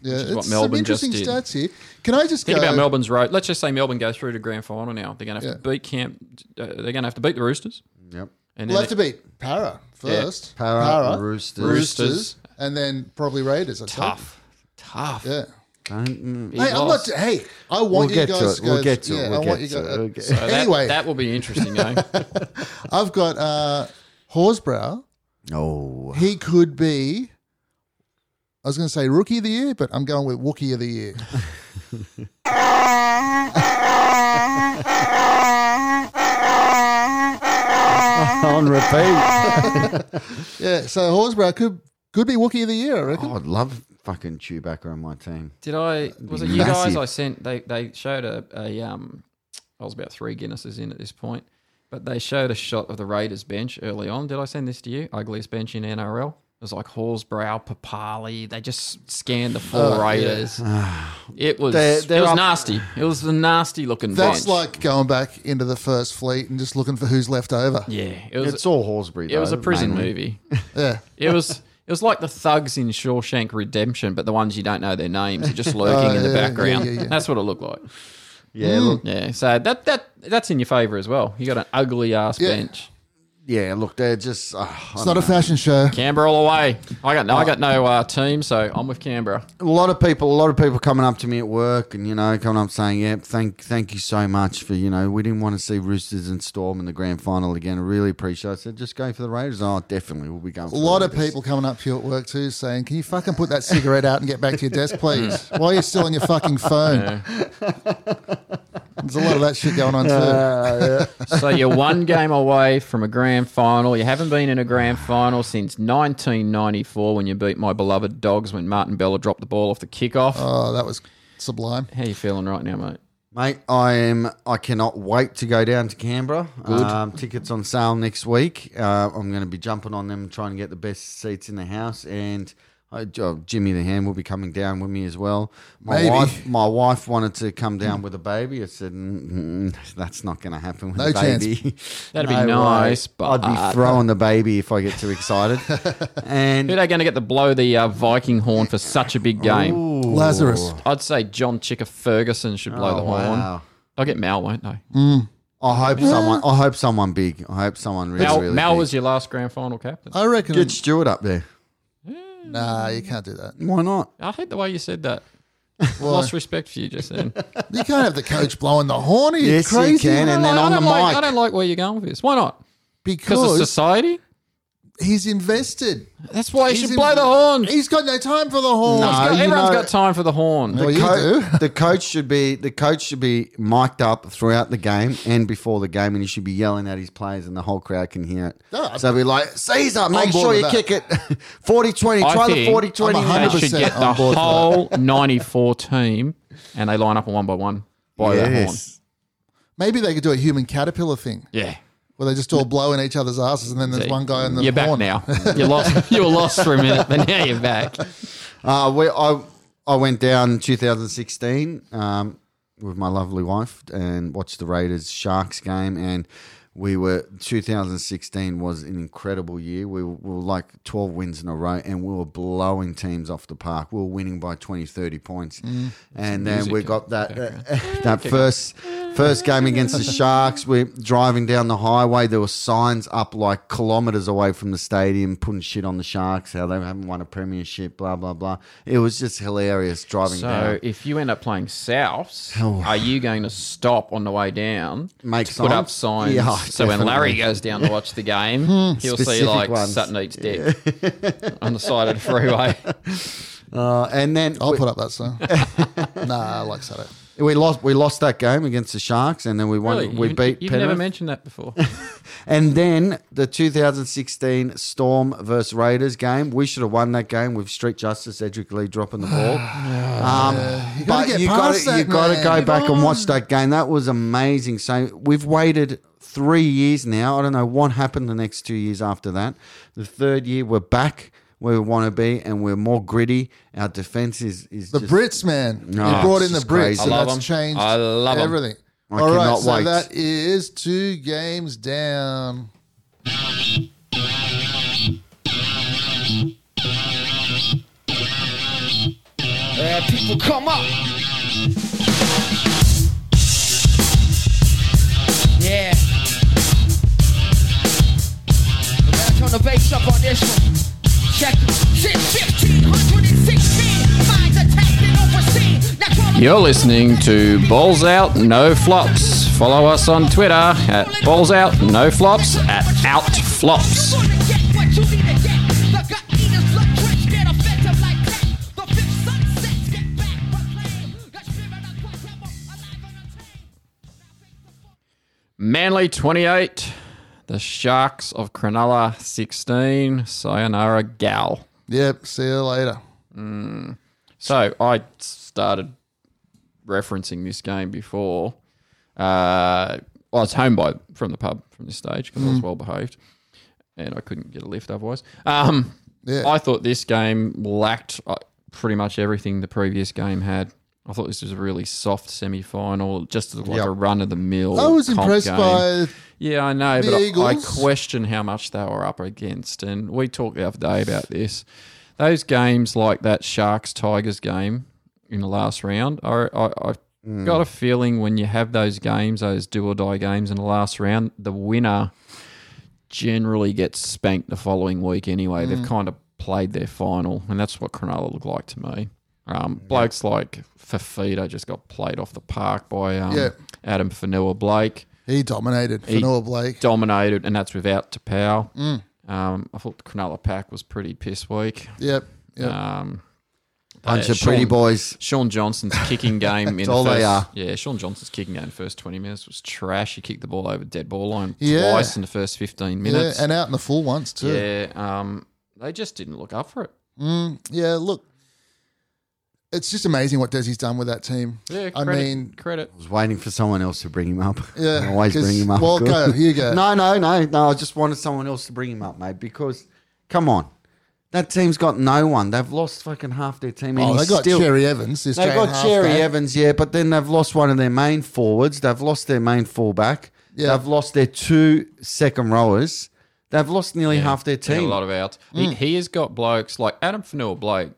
Mm. what
some
Melbourne
interesting
just did.
stats here. Can I just
Think
go?
about Melbourne's road. Let's just say Melbourne go through to grand final now. They're going to have to beat Camp. Uh, they're going to have to beat the Roosters.
yep.
And
We'll
then
have to beat Para first.
Para, Roosters.
Roosters,
Roosters.
and then probably Raiders. I'd say.
tough, tough.
Yeah.
Don't- mm.
He
Hey, I'm not.
lost.
Hey, I want
We'll
you
get
guys
to it.
to go.
We'll get to
yeah,
it.
I
We'll get
want you
to
guys.
it. We'll get-
So that,
Anyway.
that will be interesting,
<laughs>
though.
I've got uh, Horsbrow. <laughs>
Oh,
He could be. I was going to say rookie of the year, but I'm going with Wookie of
<laughs>
the year.
on repeat. oh,
Yeah, so Horsbrow could could be Wookie of the year, I reckon.
I'd love fucking Chewbacca on my team.
Did I? Was it you guys?
massive.
I sent. They they showed a, a um. I was about three Guinnesses in at this point, but they showed a shot of the Raiders bench early on. Did I send this to you? Ugliest bench in NRL. It was like Horsbrow, Papali. They just scanned the four Raiders. It was
They're- they're
it was
up-
nasty. It was a nasty looking
That's
bench.
like going back into the first fleet and just looking for who's left over.
yeah, it was
It's all Horsbury.
it was a
though,
prison
mainly.
movie.
Yeah.
It was. It was like the thugs in Shawshank Redemption, but the ones you don't know their names are just lurking in the
yeah, yeah,
background.
yeah, yeah.
That's what it looked like.
Yeah, look,
Yeah, so that that that's in your favour as well. You got an ugly ass
Yeah.
bench.
yeah. Look, they're just. Uh,
Hmm. It's not a fashion show.
Canberra all away. I got no, I got no uh, team, so I'm with Canberra.
a lot of people, a lot of people coming up to me at work, and you know, coming up saying, "Yeah, thank, thank you so much for you know, we didn't want to see Roosters and Storm in the grand final again. I really appreciate." it. I said, "Just go for the Raiders." Oh, definitely, we'll be going. For
A lot
the
of
Raiders.
people coming up to you at work too saying, Can you fucking put that cigarette out and get back to your desk, please?
Mm.
Why are you still on your fucking phone? There's a lot of that shit going on too.
So you're one game away from a grand final. You haven't been in a grand final since 1994 when you beat my beloved Dogs when Martin Bella dropped the ball off the kickoff.
oh, that was sublime.
How you feeling right now, mate?
mate. I am. I cannot wait to go down to Canberra. Um, tickets on sale next week. Uh, I'm going to be jumping on them, trying to get the best seats in the house, and. I, oh, Jimmy the Ham will be coming down with me as well. My
Maybe.
wife, my wife wanted to come
Hmm.
down with a baby. I said, "Mm, mm, <laughs> "That's not going to happen with
No
a
chance.
baby." <laughs>
That'd be
way.
nice, but-
I'd be throwing the baby if I get too
<laughs>
excited.
Who
and
they going to get to blow the uh, Viking horn for such a big game?
Lazarus.
I'd say John Chicker Ferguson should blow the
Oh,
horn.
wow.
I'll get Mal, won't I?
I hope someone. I hope someone big. I hope someone really.
Mal,
really
Mal
big.
was your last grand final captain.
I reckon.
get Stewart up there.
Nah, you can't do that.
Why not?
I hate the way you said that.
Why?
Lost respect for you just then.
You can't have the coach blowing the horn. Are you
Yes, you
crazy?
can, and
I
then
don't
on the
like,
mic.
I don't like where you're going with this. Why not? Because of
because
society.
he's invested.
That's why you
He's
should
in-
blow the horn.
He's got no time for the horn.
No.
Everyone's
Mm. you know-
got time for the horn.
Well, you
Co-
do. <laughs>
the coach should be the coach should be mic'd up throughout the game and before the game, and he should be yelling at his players, and the whole crowd can hear it.
No, I-
so be like, Caesar, make
board
sure
with
you
that.
kick it <laughs> 40-20.
I
Try
think-
the 40-20.
I'm
They
mate."
100%
should get the
on board for that.
whole 94 team and they line up one by one. Blow that horn.
Yes.
Maybe they could do a human caterpillar thing
Yeah.
where they just
Mm.
all blow in each other's asses, and then there's
See,
one guy in the
You're back
horn.
now. You lost. You were lost for a minute, but now you're back.
Uh, we, I I went down in 2016 um, with my lovely wife and watched the Raiders Sharks game, and we were 2016 was an incredible year. We were, we were like 12 wins in a row, and we were blowing teams off the park. We were winning by 20, 30 points, and then we got that <laughs> that first. First game against the Sharks, we're driving down the highway. There were signs up like kilometres away from the stadium, putting shit on the Sharks, how they haven't won a premiership, blah blah blah. It was just hilarious driving
So
down.
if you end up playing Souths, are you going to stop on the way down?
Make
to put up
signs?
signs.
Yeah, <laughs> Hmm,
so when Larry goes down to watch the game, he'll see
Specific
like
ones.
Sutton eats dick
<laughs>
on the side of the freeway.
Uh, and then <laughs>
I'll put up that sign. nah, I like Sato.
We lost. We lost that game against the Sharks, and then we won.
Really?
We
You-
beat
You've never
Penrith.
mentioned that before.
and then the 2016 Storm versus Raiders game. We should have won that game with Street Justice Edric Lee dropping
<sighs>
the ball. um,
gotta
but
get
you got
past
to you
that,
got to
man.
go
Move
back and watch that game. That was amazing. So we've waited three years now. I don't know what happened the next two years after that. The third year we're back where we want to be, and we're more gritty. Our defense is is
The
just-
Brits, man.
No,
you brought
it's
in the
just
Brits,
crazy.
and
I
love
that's
'em.
changed
I love 'em.
everything.
I
All right,
cannot
so
wait.
that is two games down.
people come up. Yeah. Now turn the bass up on this one. Check it. Since 1516, mines attacked and overseen. Now turn the-
You're listening to Balls Out No Flops. Follow us on Twitter at Balls Out No Flops at Out Flops.
You're gonna get what you need to get. The gut eaters, blood drenched, get offensive like that. The fifth sunsets, get back, proclaim. The spirit of Christ, I'm alive and untamed. Now face the foe.
Manly 28, the Sharks of Cronulla 16, Sayonara Gal.
Yep, see you later.
So I started referencing this game before. Uh, well, I was home by from the pub from this stage because I
Hmm.
was well behaved, and I couldn't get a lift otherwise. Um,
Yeah.
I thought this game lacked uh, pretty much everything the previous game had. I thought this was a really soft semi-final, just like
Yep.
a run of the mill.
I was impressed by
Yeah, I know,
The
but I, I
Eagles.
question how much they were up against. And we talked the other day about this. Those games like that Sharks Tigers game in the last round, I, I, I've got a feeling when you have those games, those do or die games in the last round, the winner generally gets spanked the following week anyway. They've kind of played their final, and that's what Cronulla looked like to me. Um, blokes like Fafita just got played off the park by um,
Yeah.
Adam Fanua Blake
he dominated Fanua Blake.
dominated, and that's without Tapau.
Mm.
Um, I thought the Cronulla pack was pretty piss weak.
Yep, yep.
Um,
bunch
Yeah,
of pretty
Sean-
boys.
Sean Johnson's
<laughs>
kicking game in the
all
first,
they are.
yeah, Sean Johnson's kicking game in the first twenty minutes was trash. He kicked the ball over dead ball line
Yeah.
twice in the first fifteen
yeah,
minutes.
and out in the full once too.
Yeah, um, they just didn't look up for it.
Yeah, look, it's just amazing what Desi's done with that team.
Yeah,
I
credit,
mean,
credit.
I was waiting for someone else to bring him up. <laughs>
Yeah,
I always
'cause-
bring him up.
well,
<laughs>
go, here you go.
no, no, no, no. I just wanted someone else to bring him up, mate. Because, come on, that team's got no one. They've lost fucking half their team. And
oh, they
he's
got
still,
Cherry Evans. This
They've got Cherry Evans, yeah, but then they've lost one of their main forwards. They've lost their main fullback.
Yeah.
They've lost their two second rowers. They've lost nearly half their
They got
team. Mm.
A lot of outs. He, he has got blokes like Adam Fanua Blake.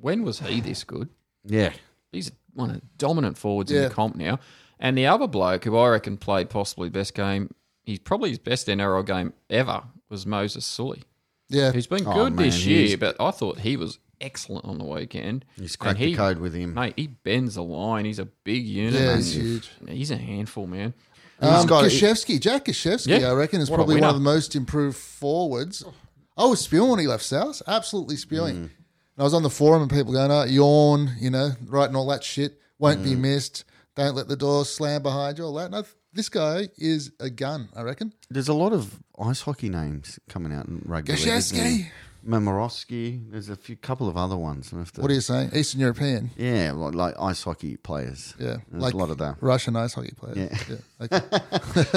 When was he this good?
yeah.
he's one of the dominant forwards in
Yeah.
the comp now. And the other bloke who I reckon played possibly best game, he's probably his best NRL game ever was Moses Sully.
Yeah,
He's been
Oh,
good
man,
this
he's-
year, but I thought he was excellent on the weekend.
He's
And
cracked
he,
the code with him.
Mate, he bends the line. He's a big unit.
yeah,
man.
he's huge.
He's a handful, man.
Um,
got-
Gashevsky, Jack Gashevsky,
Yeah.
I reckon, is
What a
probably one
winner.
of the most improved forwards. I was spewing when he left South, absolutely
Mm.
spewing. And I was on the forum and people going, oh, yawn, you know, writing all that shit, won't
Mm.
be missed, don't let the door slam behind you, all that. And I, this guy is a gun, I reckon.
There's a lot of ice hockey names coming out in rugby. league, isn't
Gashevsky.
there? Momorowski. There's a few couple of other ones.
What are you saying? Eastern European.
Yeah, like, like ice hockey players.
Yeah.
there's a lot of
<laughs>
that.
Russian ice hockey players. Yeah.
<laughs>
okay.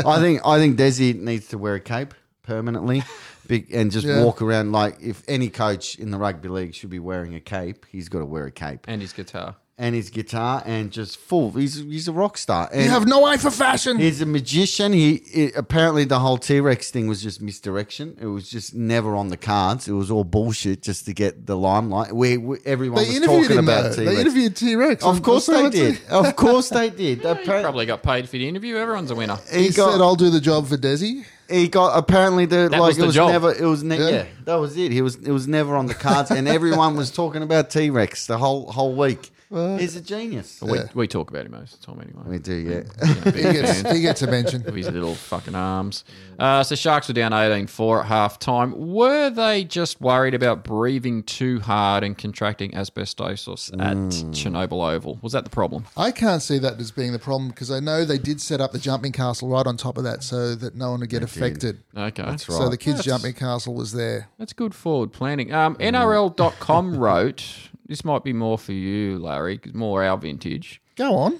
I think I think Desi needs to wear a cape permanently, big, and just
Yeah.
walk around like if any coach in the rugby league should be wearing a cape, he's got to wear a cape
And his guitar.
and his guitar and just full. He's he's a rock star. And
you have no eye for fashion.
He's a magician. He it, apparently the whole T Rex thing was just misdirection. It was just never on the cards. It was all bullshit just to get the limelight. We, we everyone
they
was
interviewed
talking
him,
about
though.
T
They
Rex.
interviewed T Rex.
Of course they did.
<laughs>
Of course they did.
He
Appar-
probably got paid for the interview. Everyone's a winner.
He, said, I'll do the job for Desi.
he got apparently the
That
like
was
it
the
was
job.
never it was ne-
Yeah.
yeah. that was it. He was it was never on the cards and everyone was talking about T Rex the whole whole week.
What?
He's a genius.
But we, we talk about him most of the time anyway.
We do, yeah.
Big
He gets,
fan
he gets a mention.
of his little fucking arms. Uh, so Sharks were down 18 4 at half time. Were they just worried about breathing too hard and contracting asbestosis at Chernobyl Oval? Was that the problem?
I can't see that as being the problem because I know they did set up the jumping castle right on top of that so that no one would get affected.
Okay. That's
So the kids' jumping castle was there.
That's good forward planning. Um, NRL.com wrote this might be more for you, Larry, 'cause more our vintage.
Go on.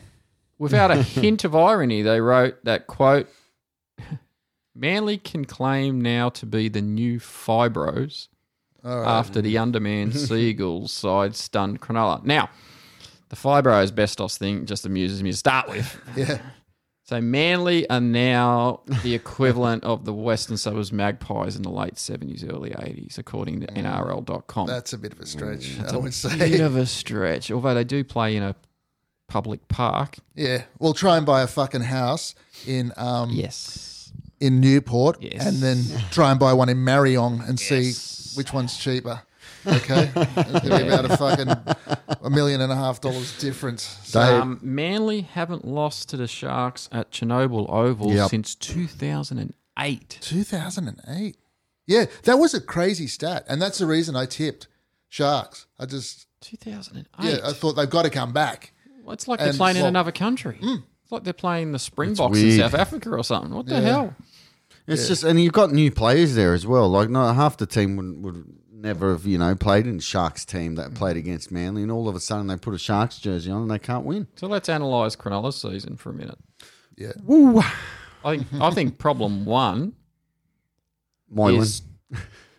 Without a hint of irony, they wrote that quote Manly can claim now to be the new Fibros after the underman Seagulls side stunned Cronulla. Now, the Fibros Bestos thing just amuses me to start with.
Yeah.
So Manly are now the equivalent of the Western Suburbs Magpies in the late 70s, early 80s, according to NRL.com.
That's a bit of a stretch, I would
bit
say.
of Mm, a stretch, although they do play in a public park.
Yeah. We'll try and buy a fucking house in um
Yes.
in Newport
Yes.
and then try and buy one in Marion and
Yes.
see which one's cheaper. Okay. It's gonna be about a fucking a million and a half dollars difference. So
Um, Manly haven't lost to the Sharks at Chernobyl Oval
Yep.
since 2008.
2008. Yeah, that was a crazy stat. And that's the reason I tipped Sharks. I just,
2008.
yeah, I thought they've got to come back.
Well, it's like they're
And
playing in
flop.
another country. It's like they're playing the Springboks in
weird.
South Africa or something. What the hell?
It's just, and you've got new players there as well. Like, no, half the team would, would never have, you know, played in Sharks team that played against Manly, and all of a sudden they put a Sharks jersey on and they can't win.
So let's analyse Cronulla's season for a minute.
Yeah.
Woo!
I think, I think problem one
Moylan,
is.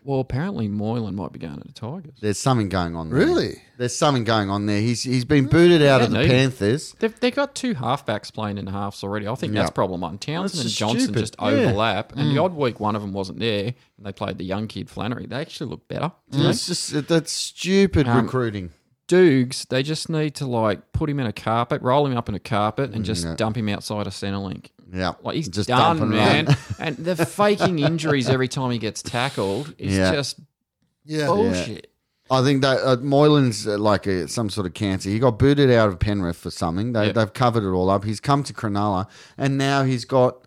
Well, apparently Moylan might be going to the Tigers.
there's something going on. There.
Really?
There's something going on there. He's he's been booted out of the
Yeah, no.
Panthers.
They've, they've got two halfbacks playing in halves already. I think that's
Yeah.
problem one. Townsend
That's
and
just
Johnson
stupid.
just
Yeah. Mm.
overlap, and the odd week one of them wasn't there, and they played the young kid Flannery. They actually look better. today.
It's just that- that's stupid
Hmm? Um,
recruiting.
Dukes, they just need to like put him in a carpet, roll him up in a carpet, and just dump him outside a centre link.
Yeah,
Like he's
Mm, Just dump
done,
and run.
man. <laughs> and the faking injuries every time he gets tackled is
Yeah.
just
Yeah.
bullshit.
I think that uh, Moylan's uh, like a, some sort of cancer. He got booted out of Penrith for something. They,
Yeah.
They've covered it all up. He's come to Cronulla, and now he's got.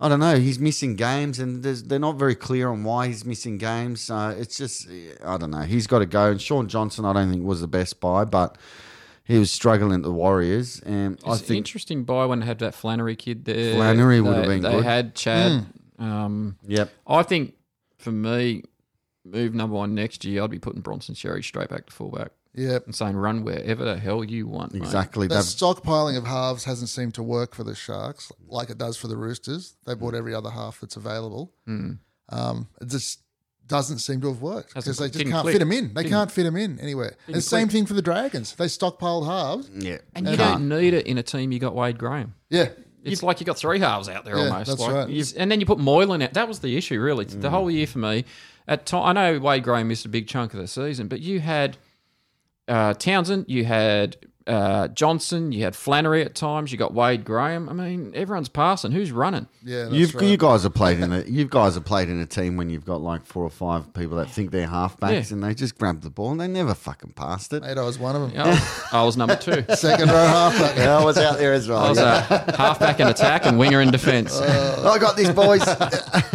I don't know. He's missing games, and there's, they're not very clear on why he's missing games. So it's just, I don't know. He's got to go. And Sean Johnson, I don't think was the best buy, but he was struggling at the Warriors, and I
It's an
think
interesting buy when they had that Flannery kid there.
Flannery would have
They-
been
They
good. Mm.
had Chad. Um,
yep.
I think for me, move number one next year, I'd be putting Bronson Sherry straight back to fullback
Yeah.
and saying run wherever the hell you want. mate."
Exactly.
The
They've-
stockpiling of halves hasn't seemed to work for the Sharks like it does for the Roosters. They bought every other half that's available. Um, it just doesn't seem to have worked
Hasn't
because they just
clicked.
can't
Didn't click.
fit them in. They can't fit them in anywhere. And the same thing for the Dragons. They stockpiled halves.
yeah.
And you
Can't.
don't need it in a team you got Wade Graham.
Yeah.
It's like you got three halves out there
Yeah,
almost.
that's
like,
right. Mm.
you've- And then you put Moylan out. That was the issue, really. The whole year for me. At time, I know Wade Graham missed a big chunk of the season, but you had uh, Townsend, you had uh, Johnson, you had Flannery at times, you got Wade Graham. I mean, everyone's passing. Who's
<laughs>
running?
Yeah. That's
You've,
right.
You guys have played in a you guys have played in a team when you've got like four or five people that think they're halfbacks
Yeah.
and they just grab the ball and they never fucking passed it.
Mate, I was one of them.
I was, Oh, I was number two.
Second row halfback.
Yeah, <laughs> I was out there as well.
I was a halfback in attack and winger in
<laughs>
defence.
Uh,
I got this, boys. <laughs>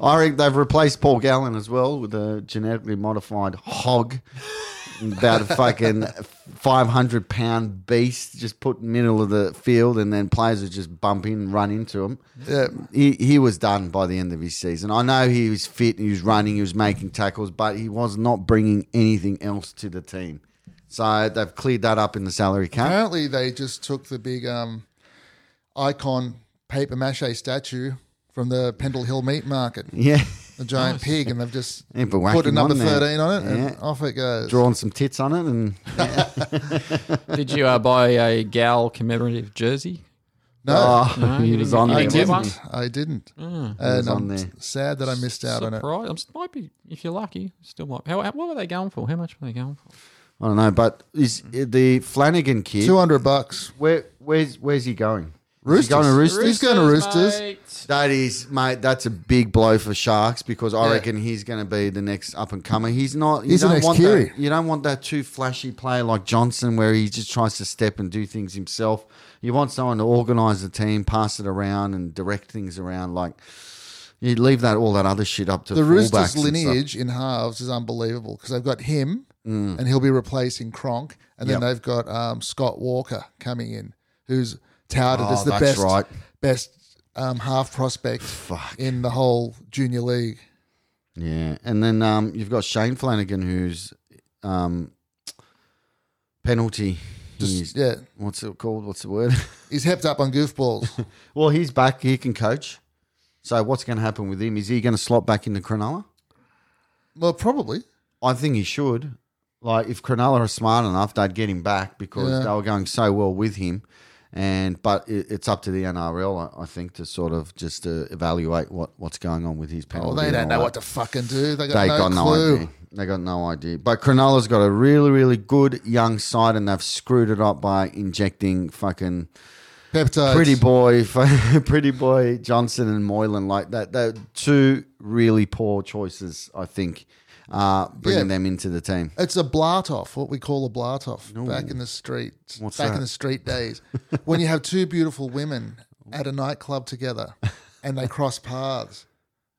I reckon they've replaced Paul Gallen as well with a genetically modified hog, about a fucking five hundred pound beast, just put in the middle of the field, and then players would just bump in, and run into him.
Yeah.
he he was done by the end of his season. I know he was fit, he was running, he was making tackles, but he was not bringing anything else to the team. So they've cleared that up in the salary cap.
Apparently, they just took the big um, icon paper mache statue from the Pendle Hill meat market,
Yeah, <laughs>
the giant pig, and they've just
Yeah, but whack
put a
him
number
on there.
13 on it, and
Yeah.
off it goes.
drawing some tits on it, and
Did you uh, buy a gal commemorative jersey?
No,
oh,
No, you
he
didn't-
was on
you
there.
I
didn't get
wasn't
one?
didn't. I didn't.
was
and
on
I'm
there.
sad that I missed out on it.
Surprise! I'm, might be if you're lucky. Still might. How, what were they going for? How much were they going for?
I don't know, but is the Flanagan kid?
200 bucks.
Where where's where's he going? Roosters. going to Roosters?
He's going to Roosters.
mate.
That is, mate. That's a big blow for Sharks because I
Yeah.
reckon he's going to be the next up and comer. He's not. You
He's the
don't
next
want
Keary.
that. You don't want that too flashy player like Johnson, where he just tries to step and do things himself. You want someone to organise the team, pass it around, and direct things around. Like you leave that all that other shit up to
The
fullbacks
Roosters'
and stuff.
lineage in halves is unbelievable because they've got him, and he'll be replacing Cronk, and then
Mm. Yep.
they've got um, Scott Walker coming in, who's touted
Oh,
as the
that's
best
right.
best um, half prospect in the whole junior league.
Yeah, and then um, you've got Shane Flanagan, who's um, penalty. He's-
yeah.
what's it called? What's the word? <laughs>
He's hepped up on goofballs.
Well, he's back. He can coach. So what's going to happen with him? Is he going to slot back into Cronulla?
well, probably.
I think he should. Like if Cronulla are smart enough, they'd get him back because
Yeah.
they were going so well with him. And but it, it's up to the NRL, I, I think, to sort of just to evaluate what, what's going on with his penalty.
Oh, they
and
don't
all
know
that.
what to fucking do. They got,
They
no,
got no
clue.
idea. They got no idea. But Cronulla's got a really, really good young side, and they've screwed it up by injecting fucking
Peptides.
Pretty boy, <laughs> pretty boy Johnson and Moylan like that. They're two really poor choices, I think. Uh, bringing
Yeah.
them into the team.
It's a blart off, what we call a blart off back in the street,
What's
back
that?
in the street days, when you have two beautiful women at a nightclub together and they cross paths,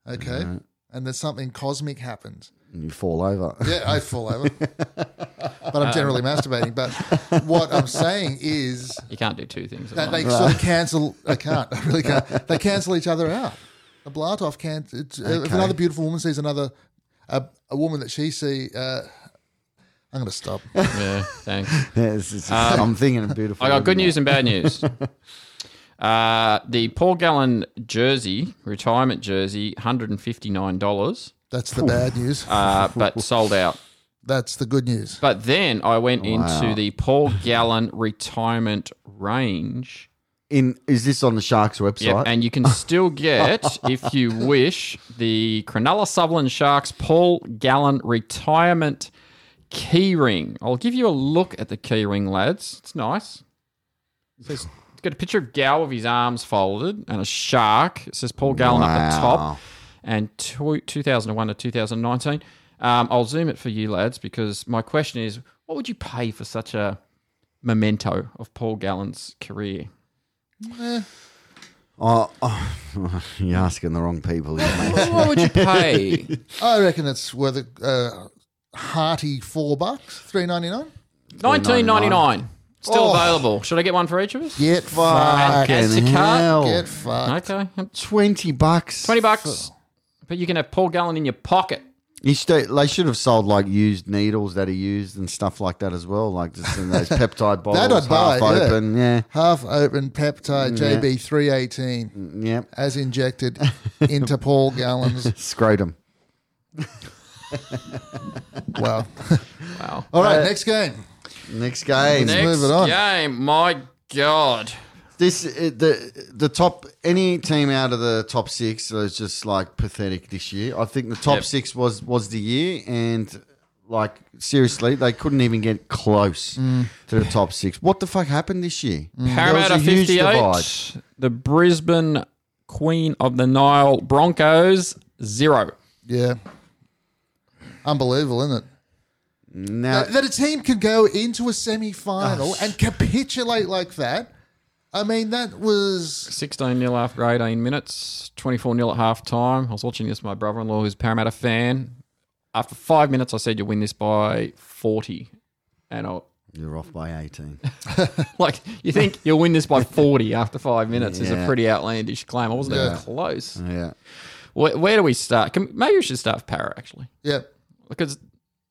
okay, and there's something cosmic happens.
And you fall over. <laughs>
Yeah, I fall over, but I'm generally masturbating. But what I'm saying is
You can't do two things. At
that
once.
they sort of cancel. I can't. I really can't. They cancel each other out. A Blartoff can't. It's, uh, If
Okay.
another beautiful woman sees another, a, a woman that she see, uh, I'm going to stop.
yeah, thanks.
Yeah, it's- it's- I'm thinking of beautiful.
Um, I got good
women.
news and bad
<laughs>
news. Uh, the Paul Gallen jersey, retirement jersey, $159,
That's the bad news.
uh,
<laughs>
but sold out.
That's the good news.
But then I went into the Paul Gallen retirement range.
In is this on the Sharks website?
Yep, and you can still get, if you wish, the Cronulla Sutherland Sharks Paul Gallen retirement key ring. I'll give you a look at the key ring, lads. It's nice. It says, it's got a picture of Gal with his arms folded and a shark. It says Paul Gallen at the
Wow.
top. And two, 2001 to 2019. Um, I'll zoom it for you, lads, because my question is what would you pay for such a memento of Paul Gallen's career?
Oh, oh, <laughs> you're asking the wrong people, here, mate.
What would you pay?
I reckon it's worth a uh, hearty four bucks, three ninety nine.
1999. Still
Oh.
available. Should I get one for each of us?
Get
Fucking
fucked.
As to cut-
hell.
Get fucked.
Okay.
Twenty bucks.
20 bucks. But you can have Paul Gallen in your pocket.
You should, they should have sold like used needles that he used and stuff like that as well, like just in
<laughs>
those peptide
I'd
bottles half
buy, yeah.
open. Yeah,
Half open peptide JB three eighteen
yeah.
as <laughs> injected into Paul Gallen's.
Scrotum.
Wow.
Wow.
All right, next game.
Next game.
Next
move it on.
game. My God.
This uh, the the top any team out of the top six was just like pathetic this year. I think the top
Yep.
six was was the year, and like seriously, they couldn't even get close
Mm.
to the top six. What the fuck happened this year? There was
Parramatta
a huge divide.
58. The Brisbane Queen of the Nile Broncos, zero.
Yeah. Unbelievable, isn't it? Uh,
Now
That, that a team can go into a semi final and capitulate like that. I mean, that was
16 0 after 18 minutes, 24 0 at half time. I was watching this with my brother in law, who's a Parramatta fan. After five minutes, I said, You'll win this by 40. And I,
you're off by eighteen. <laughs>
<laughs> Like you think you'll win this by forty after five minutes is a
Yeah.
pretty outlandish claim. I wasn't
Yeah.
even close.
yeah.
Where, where do we start? Can, maybe we should start with Para actually,
yeah.
because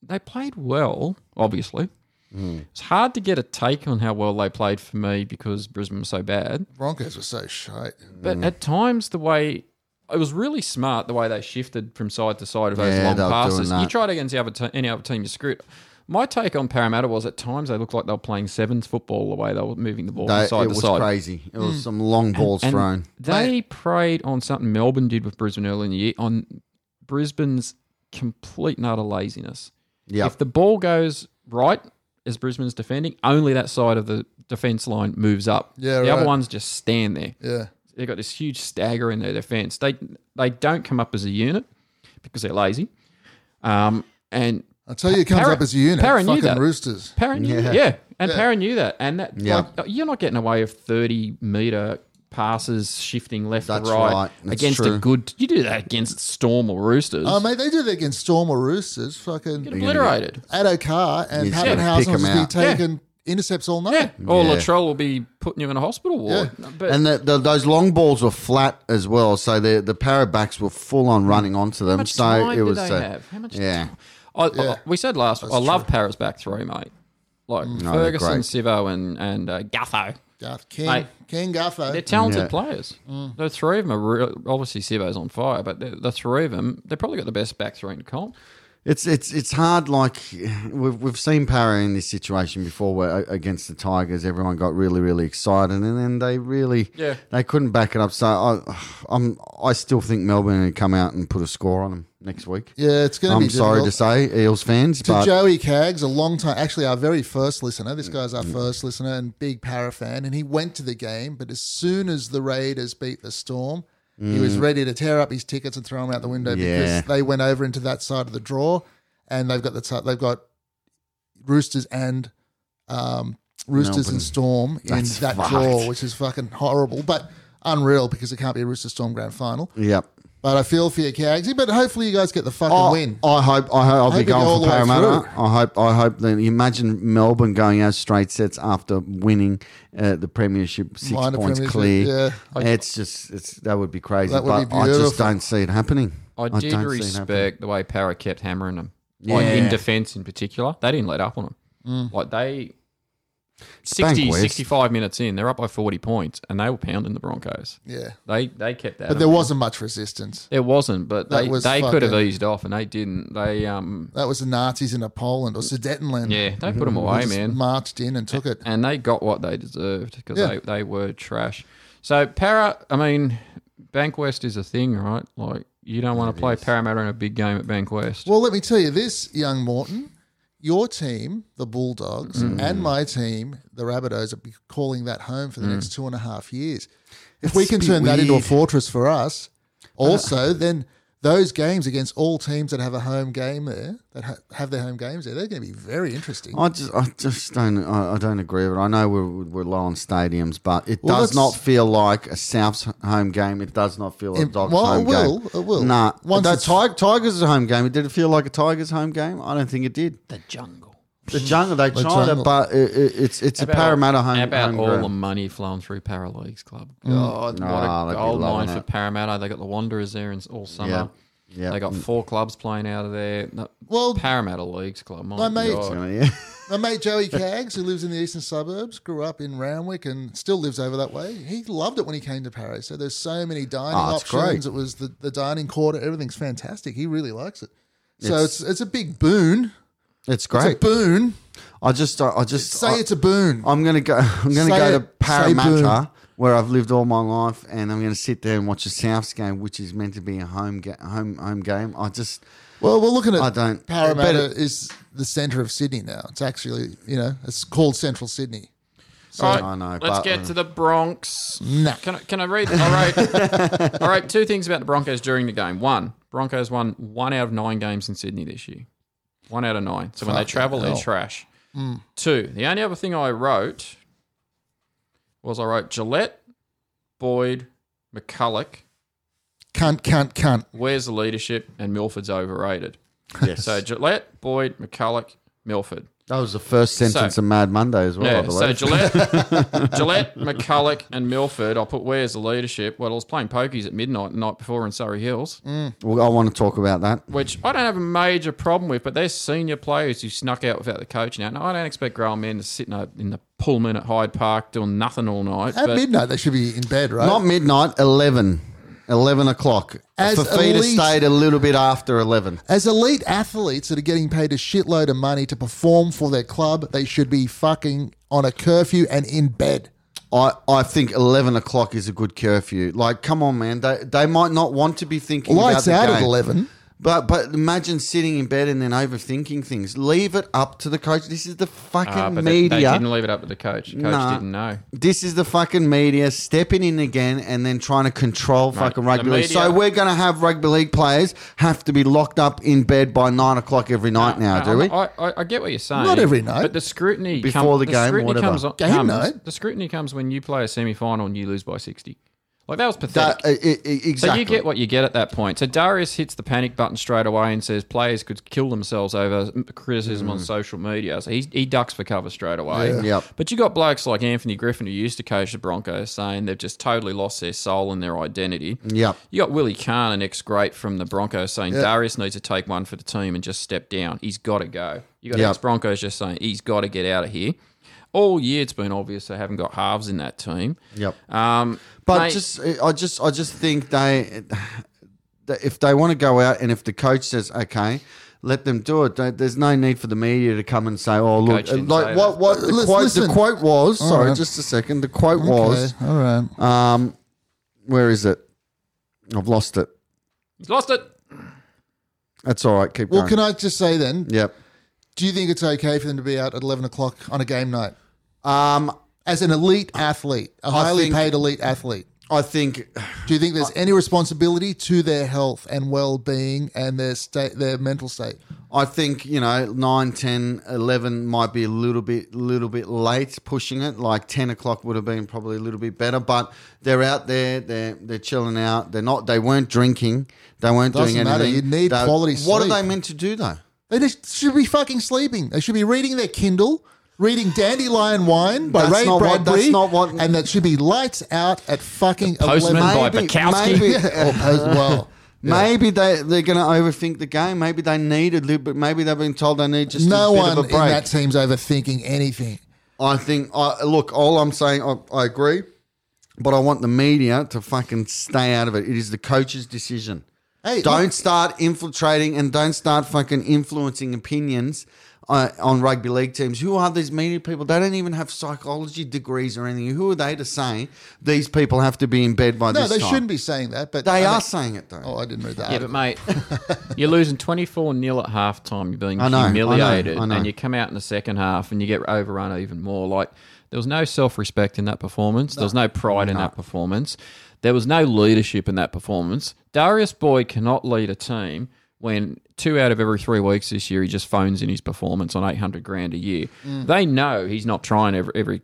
they played well. Obviously,
Hmm.
it's hard to get a take on how well they played for me because Brisbane was so bad.
Broncos were so shite.
But
Hmm.
at times, the way it was really smart, the way they shifted from side to side of those
Yeah,
long
they were doing
passes. You
that.
tried against the other te- any other team, you screwed. My take on Parramatta was at times they looked like they were playing sevens football the way they were moving the ball
They-
from side
it
to
was
side.
crazy. It
Hmm.
was some long balls
And
thrown.
They preyed on something Melbourne did with Brisbane early in the year on Brisbane's complete and utter laziness.
Yeah,
If the ball goes right as Brisbane's defending, only that side of the defence line moves up.
Yeah,
the other
right.
ones just stand there.
Yeah.
They've got this huge stagger in their defence. They they don't come up as a unit because they're lazy. Um, and
I tell you, it comes
Para-
up as a unit.
Para knew
Fucking
that.
roosters.
Parra knew, yeah.
Yeah.
and yeah. knew that, and that
Yeah.
like, you're not getting away with thirty meter passes shifting left
That's
to right,
right. That's
against a
true.
good. You do that against Storm or Roosters,
Oh, mate, they do that against Storm or Roosters.
get
Fucking
obliterated.
Addo Carr and
He's gonna
Pappenhausen
pick 'em
will just be
out.
taking intercepts all night.
Yeah, or
Yeah.
Latrell will be putting you in a hospital ward.
Yeah.
But
and the, the, those long balls were flat as well, so the the para backs were full on running onto them.
how Hmm. much
so
time
it was
did they
uh,
have? How much
yeah,
I, I, we said last. I love Paris back three, mate. Like
they're
Ferguson,
great.
Sivo, and and uh, Gutho.
Gaff- King,
Mate.
King
They're
Gaffo.
talented
Yeah.
players. The three of them are re- obviously Sivo's on fire, but the, the three of them they probably got the best back three in comp.
It's it's it's hard. Like we've we've seen Para in this situation before, where a- against the Tigers, everyone got really really excited, and then they really
Yeah.
they couldn't back it up. So I I'm I still think Melbourne would come out and put a score on them next week.
Yeah, it's going
I'm
to be
sorry
difficult.
to say, Eels fans,
to
but Mm.
Joey Cags, a long time, actually our very first listener. This guy's our first listener and big para fan, and he went to the game. But as soon as the Raiders beat the Storm, he was ready to tear up his tickets and throw them out the window
Mm. Yeah.
because they went over into that side of the draw, and they've got the t- they've got Roosters and um, Roosters
Melbourne.
and Storm in
That's
that
fucked.
draw, which is fucking horrible, but unreal because it can't be a Rooster Storm grand final.
yep.
But I feel for your Cagsy, but hopefully you guys get the fucking
I-
win.
I hope I hope I'll
hope
be
you go all
going
the
for
way
Parramatta.
through.
I hope I hope that you imagine Melbourne going out straight sets after winning uh, the premiership six
Minor
points
premiership,
clear.
yeah.
It's just it's that would be crazy.
That
but
would be
I just
beautiful.
don't see it happening.
I did
don't see it happening.
respect the way Para kept hammering them, like
Yeah.
in defence in particular. They didn't let up on them. Like they. 60,
Bank West.
65 minutes in, they're up by 40 points, and they were pounding the Broncos.
Yeah.
They they kept that.
But there wasn't much resistance.
It wasn't, but
That
they,
was
they could have
fucking-
eased off and they didn't. They um
That was the Nazis in a Poland or Sudetenland.
yeah, they put them
Mm-hmm. They
away,
just
man,
Marched in and took it.
and they got what they deserved because
Yeah.
they, they were trash. So para, I mean, Bankwest is a thing, right? Like you don't want to play Parramatta in a big game at Bankwest.
Well, let me tell you this, young Morton. Your team, the Bulldogs, and my team, the Rabbitohs, are be calling that home for the next two and a half years. If we
It's a
can
bit
turn that into a
weird.
fortress for us, also, then those games against all teams that have a home game there, that ha- have their home games there, they're going to be very interesting.
I just, I just don't, I, I don't agree with it. I know we're, we're low on stadiums, but it
Well,
does
that's-
not feel like a South's home game. It does not feel like a
It-
Dogs
well, it
home
will,
game.
it will.
Nah,
Once
that
it's-
Tig- Tigers' home game. Did it feel like a Tigers' home game? I don't think it did.
The jungle.
The jungle, they tried
jungle.
it, but it, it, it's it's a Parramatta home.
How about
home
all
ground. Mm.
the money flowing through Para Leagues Club? God,
Nah,
what
they'd
a
be
gold mine
loving
for
it.
Parramatta. They got the Wanderers there in, all summer.
Yeah. Yeah. Mm,
They got four clubs playing out of there. No,
Well,
Parramatta Leagues Club. My,
My mate-
God.
Yeah. <laughs>
My mate Joey Cags, who lives in the eastern suburbs, grew up in Ramwick and still lives over that way. He loved it when he came to Paris. So there's so many dining
Oh, it's great.
options. It was the, the dining quarter. Everything's fantastic. He really likes it. So it's it's, a big boon.
It's
It's a
great.
boon.
I just, I just
Say
I,
it's a boon.
I'm gonna go. <laughs> I'm gonna
Say
go to
it. Say boom.
Parramatta, where I've lived all my life, and I'm gonna sit there and watch a Souths game, which is meant to be a home ga- home home game. I just,
well, we're looking at
I don't-
Parramatta
but
is the centre of Sydney now. It's actually you know it's called Central Sydney.
All right,
I know,
let's
but- uh,
get to the Bronx.
Nah.
Can I, can I read? All
<laughs>
right. All right. Two things about the Broncos during the game. One, Broncos won one out of nine games in Sydney this year. One out of nine. So when they
Fucking
travel, they're
hell.
trash. Two, the only other thing I wrote was I wrote Gillette, Boyd, McCulloch,
Cunt, cunt, cunt.
where's the leadership, and Milford's overrated.
yes,
So Gillette, Boyd, McCulloch, Milford.
<laughs> that was the first sentence
So-
of Mad Monday as well.
Yeah,
by the
so
way.
Gillette,
<laughs>
Gillette, McCulloch, and Milford. I put where's the leadership? Well, I was playing pokies at midnight the night before in Surrey Hills,
well, I want to talk about that.
which I don't have a major problem with, but they're senior players who snuck out without the coach now. Now, I don't expect grown men to sit in, a, in the Pullman at Hyde Park doing nothing all night.
At
but
midnight they should be in bed, right?
Not midnight, eleven. 11 o'clock.
As
Fafita
elite-
stayed a little bit after 11.
As elite athletes that are getting paid a shitload of money to perform for their club, they should be fucking on a curfew and in bed.
I, I think 11 o'clock is a good curfew. Like, come on, man. They, they might not want to be thinking
Lights
about the
out at
game.
11.
But but imagine sitting in bed and then overthinking things. Leave it up to the coach. This is the fucking
Ah, but they-
media.
They, didn't leave it up to the coach. The coach
Nah.
didn't know.
This is the fucking media stepping in again and then trying to control fucking
the
rugby league. So
media-
we're going to have rugby league players have to be locked up in bed by nine o'clock every night now, do
I,
we?
Uh, I, I, I get what you're saying.
Not every night.
But the scrutiny
Before the game or
scrutiny
whatever.
Comes on,
Game
comes-
night?
The scrutiny comes when you play a semi final and you lose by sixty. Like that was pathetic.
That- uh, e- e-
so
exactly.
you get what you get at that point. So Darius hits the panic button straight away and says players could kill themselves over criticism on social media. So he, he ducks for cover straight away.
Mm. Yep.
But you got blokes like Anthony Griffin who used to coach the Broncos saying they've just totally lost their soul and their identity.
Yep.
You got Willie Kahn, an ex great from the Broncos, saying Darius needs to take one for the team and just step down. He's got to go. You got
Yep.
ex Broncos just saying he's got to get out of here. All year it's been obvious they haven't got halves in that team.
Yep.
Um,
But
mate,
just, I just, I just think they, that if they want to go out and if the coach says okay, let them do it. They- There's no need for the media to come and say, "Oh, look,
Coach didn't
like
say
what,
that.
what the
Listen-
quote, the
listen.
quote was." sorry,
right.
just a second. The quote was,
Okay, all right.
um, "Where is it? I've lost it."
he's lost it.
That's all right. Keep
well,
going.
can I just say then?
Yep.
Do you think it's okay for them to be out at eleven o'clock on a game night
Um,
as an elite athlete, a highly
think-
paid elite athlete?
I think
Do you think there's any responsibility to their health and well-being and their state, their mental state?
I think you know 9, 10, 11 might be a little bit, little bit late pushing it. Like ten o'clock would have been probably a little bit better. But they're out there, they're they're chilling out. They're not, they weren't drinking, they weren't
Doesn't
doing
matter,
anything.
you need
They-
quality
What
sleep.
are they meant to do though?
They just should be fucking sleeping. They should be reading their Kindle, reading Dandelion Wine by
That's
Ray
not what-
Bradbury,
that's not what-
and that should be lights out at fucking
Postman by
eleven.
Bukowski.
<laughs>
maybe, uh,
or post, well,
maybe they they're going to overthink the game. Maybe they need a little bit. Maybe they've been told they need just
no
a bit
one
of a
in
break.
that team's overthinking anything.
I think, I look, all I'm saying, I, I agree, but I want the media to fucking stay out of it. It is the coach's decision.
Hey,
don't
look-
start infiltrating and don't start fucking influencing opinions uh, on rugby league teams. Who are these media people? They don't even have psychology degrees or anything. Who are they to say these people have to be in bed by
No,
this
they
time?
shouldn't be saying that. But
They
I
are
think-
saying it though.
Oh, I didn't read that.
Yeah, but <laughs> mate, you're losing 24 0 at half time. You're being
I know, I know,
humiliated.
I know.
And you come out in the second half and you get overrun even more. Like, there was no self respect in that performance. There was no pride in that performance. There was no leadership in that performance. Darius Boyd cannot lead a team when two out of every three weeks this year he just phones in his performance on 800 grand a year.
Mm.
They know he's not trying every, every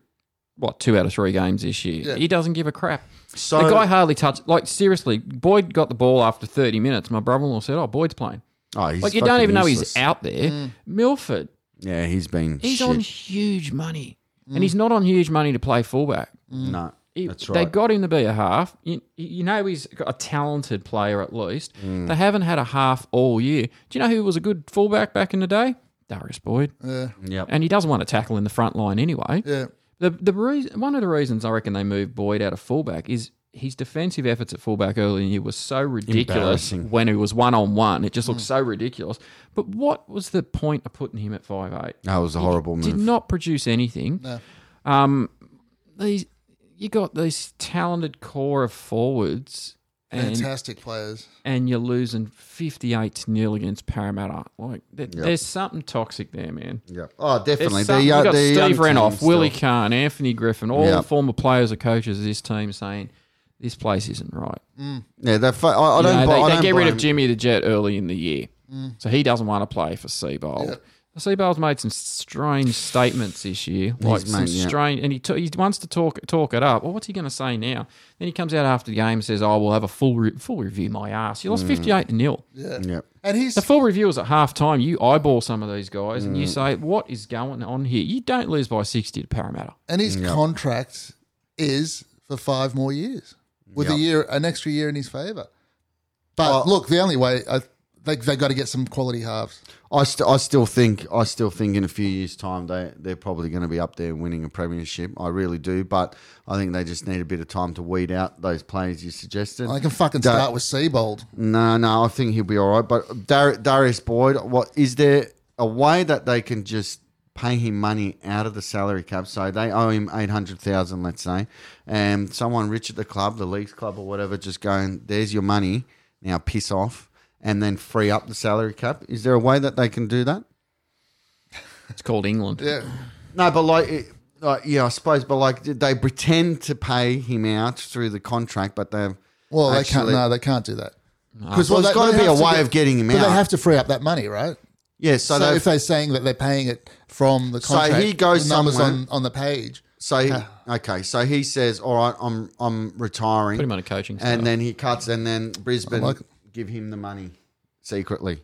what two out of three games this year. He doesn't give a crap.
So-
the guy hardly touched. Like seriously, Boyd got the ball after thirty minutes. My brother-in-law said, "Oh, Boyd's playing."
Oh, he's
like you don't
fucking
even know
useless.
he's out there. Milford,
Yeah, he's been.
he's
shit.
on huge money, and he's not on huge money to play fullback.
No,
He-
Mm. that's
They
right.
got him to be a half. You, you know he's got a talented player at least.
Mm.
They haven't had a half all year. Do you know who was a good fullback back in the day? Darius Boyd.
Uh. Yep.
And he doesn't want to tackle in the front line anyway.
Yeah.
The the reason one of the reasons I reckon they moved Boyd out of fullback is his defensive efforts at fullback early in the year was so ridiculous
Embarrassing.
when he was one on one. It just looked so ridiculous. But what was the point of putting him at five eight?
that was a horrible move.
Did not produce anything. Um, these you got this talented core of forwards and
Fantastic players.
and you're losing 58 nil against Parramatta. Like, there, there's something toxic there, man.
Yeah. Oh, definitely.
There's some,
They're yo-
you got
they're young
Steve Renoff,
teams
Willie
still.
Kahn, Anthony Griffin, all
Yep.
former players or coaches of this team saying this place isn't right.
Yeah, they're. Fu- I, I
You
don't.
know,
bu-
they
I
they
don't
get rid
blame- Mm.
of Jimmy the Jet early in the year, so he doesn't want to play for Seabold. Seabold's made some strange statements this year, like some
made, yeah.
strange, and he, t- he wants to talk talk it up. Well, what's he going to say now? Then he comes out after the game and says, "Oh, we'll have a full re- full review." My ass,
Mm.
you lost fifty eight nil.
Yeah.
And he's
The full review is at half time. You eyeball some of these guys
Mm.
and you say, What is going on here? You don't lose by 60 to Parramatta.
and his contract is for five more years with a
Yep.
year, an extra year in his favor. But
Well-
look, the only way I, they they got to get some quality halves.
I, st- I still think I still think in a few years' time they they're probably going to be up there winning a premiership. I really do, but I think they just need a bit of time to weed out those players you suggested.
I can fucking
Da-
start with Seabold.
No, no, I think he'll be all right. But Dar- Darius Boyd, what is there a way that they can just pay him money out of the salary cap? So they owe him eight hundred thousand, let's say, and someone rich at the club, the league's club or whatever, just going, "There's your money. Now piss off." and then free up the salary cap? Is there a way that they can do that?
It's called England.
Yeah.
No, but like, it, like yeah, I suppose. But like, did they pretend to pay him out through the contract, but they've
Well, they
Actually-
can't. No, they can't do that.
because well,
they-
there's got to
they
be a
have
way
get-
of getting him
but
out.
They have to free up that money, right?
yeah,
So,
so, they
if they're saying that they're paying it from the
So
contract,
he goes
the numbers
somewhere-
on, on the page.
So he, okay, so he says, "All right, I'm I'm retiring."
Put him on a coaching
and
staff.
then he cuts, and then Brisbane
I like it.
give him the money secretly.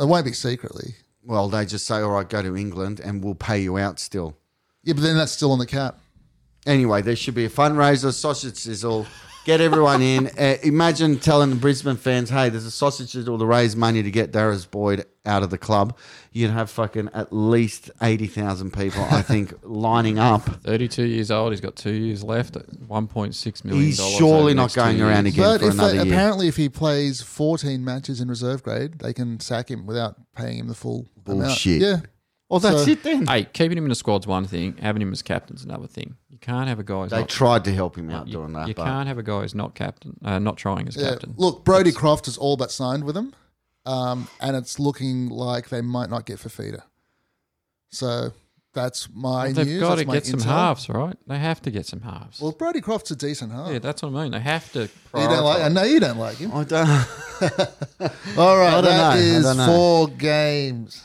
It won't be secretly.
Well, they just say, "All right, go to England, and we'll pay you out." Still,
Yeah, but then that's still on the cap.
anyway, there should be a fundraiser, sausage sizzle, get everyone <laughs> in. Uh, imagine telling the Brisbane fans, "Hey, there's a sausage sizzle to raise money to get Darius Boyd out of the club." You'd have fucking at least eighty thousand people, I <laughs> think, lining up.
32 years old. He's got two years left at 1.6 million.
He's
dollars
surely
over the
not
next two
going around
years.
again.
but
for
if they,
another year.
apparently, if he plays 14 matches in reserve grade, they can sack him without paying him the full
Bullshit.
amount. Yeah.
Oh,
Well, that's
So-
it then.
Hey, keeping him in a squad's one thing. Having him as captain's another thing. You can't have a guy who's
They
not
tried to help him out
you,
doing that.
you
but
can't have a guy who's not captain, uh, not trying as
Yeah.
captain.
Look, Brody Croft is all but signed with them, um, and it's looking like they might not get Fafita. So that's my
They've
news.
got to
that's my
get some
intel.
halves, right? They have to get some halves.
Well, Brody Croft's a decent half.
yeah, that's what I mean. They have to.
you don't like? I know you don't like him.
I don't.
All right,
don't
that
know. I
is
don't know.
four games.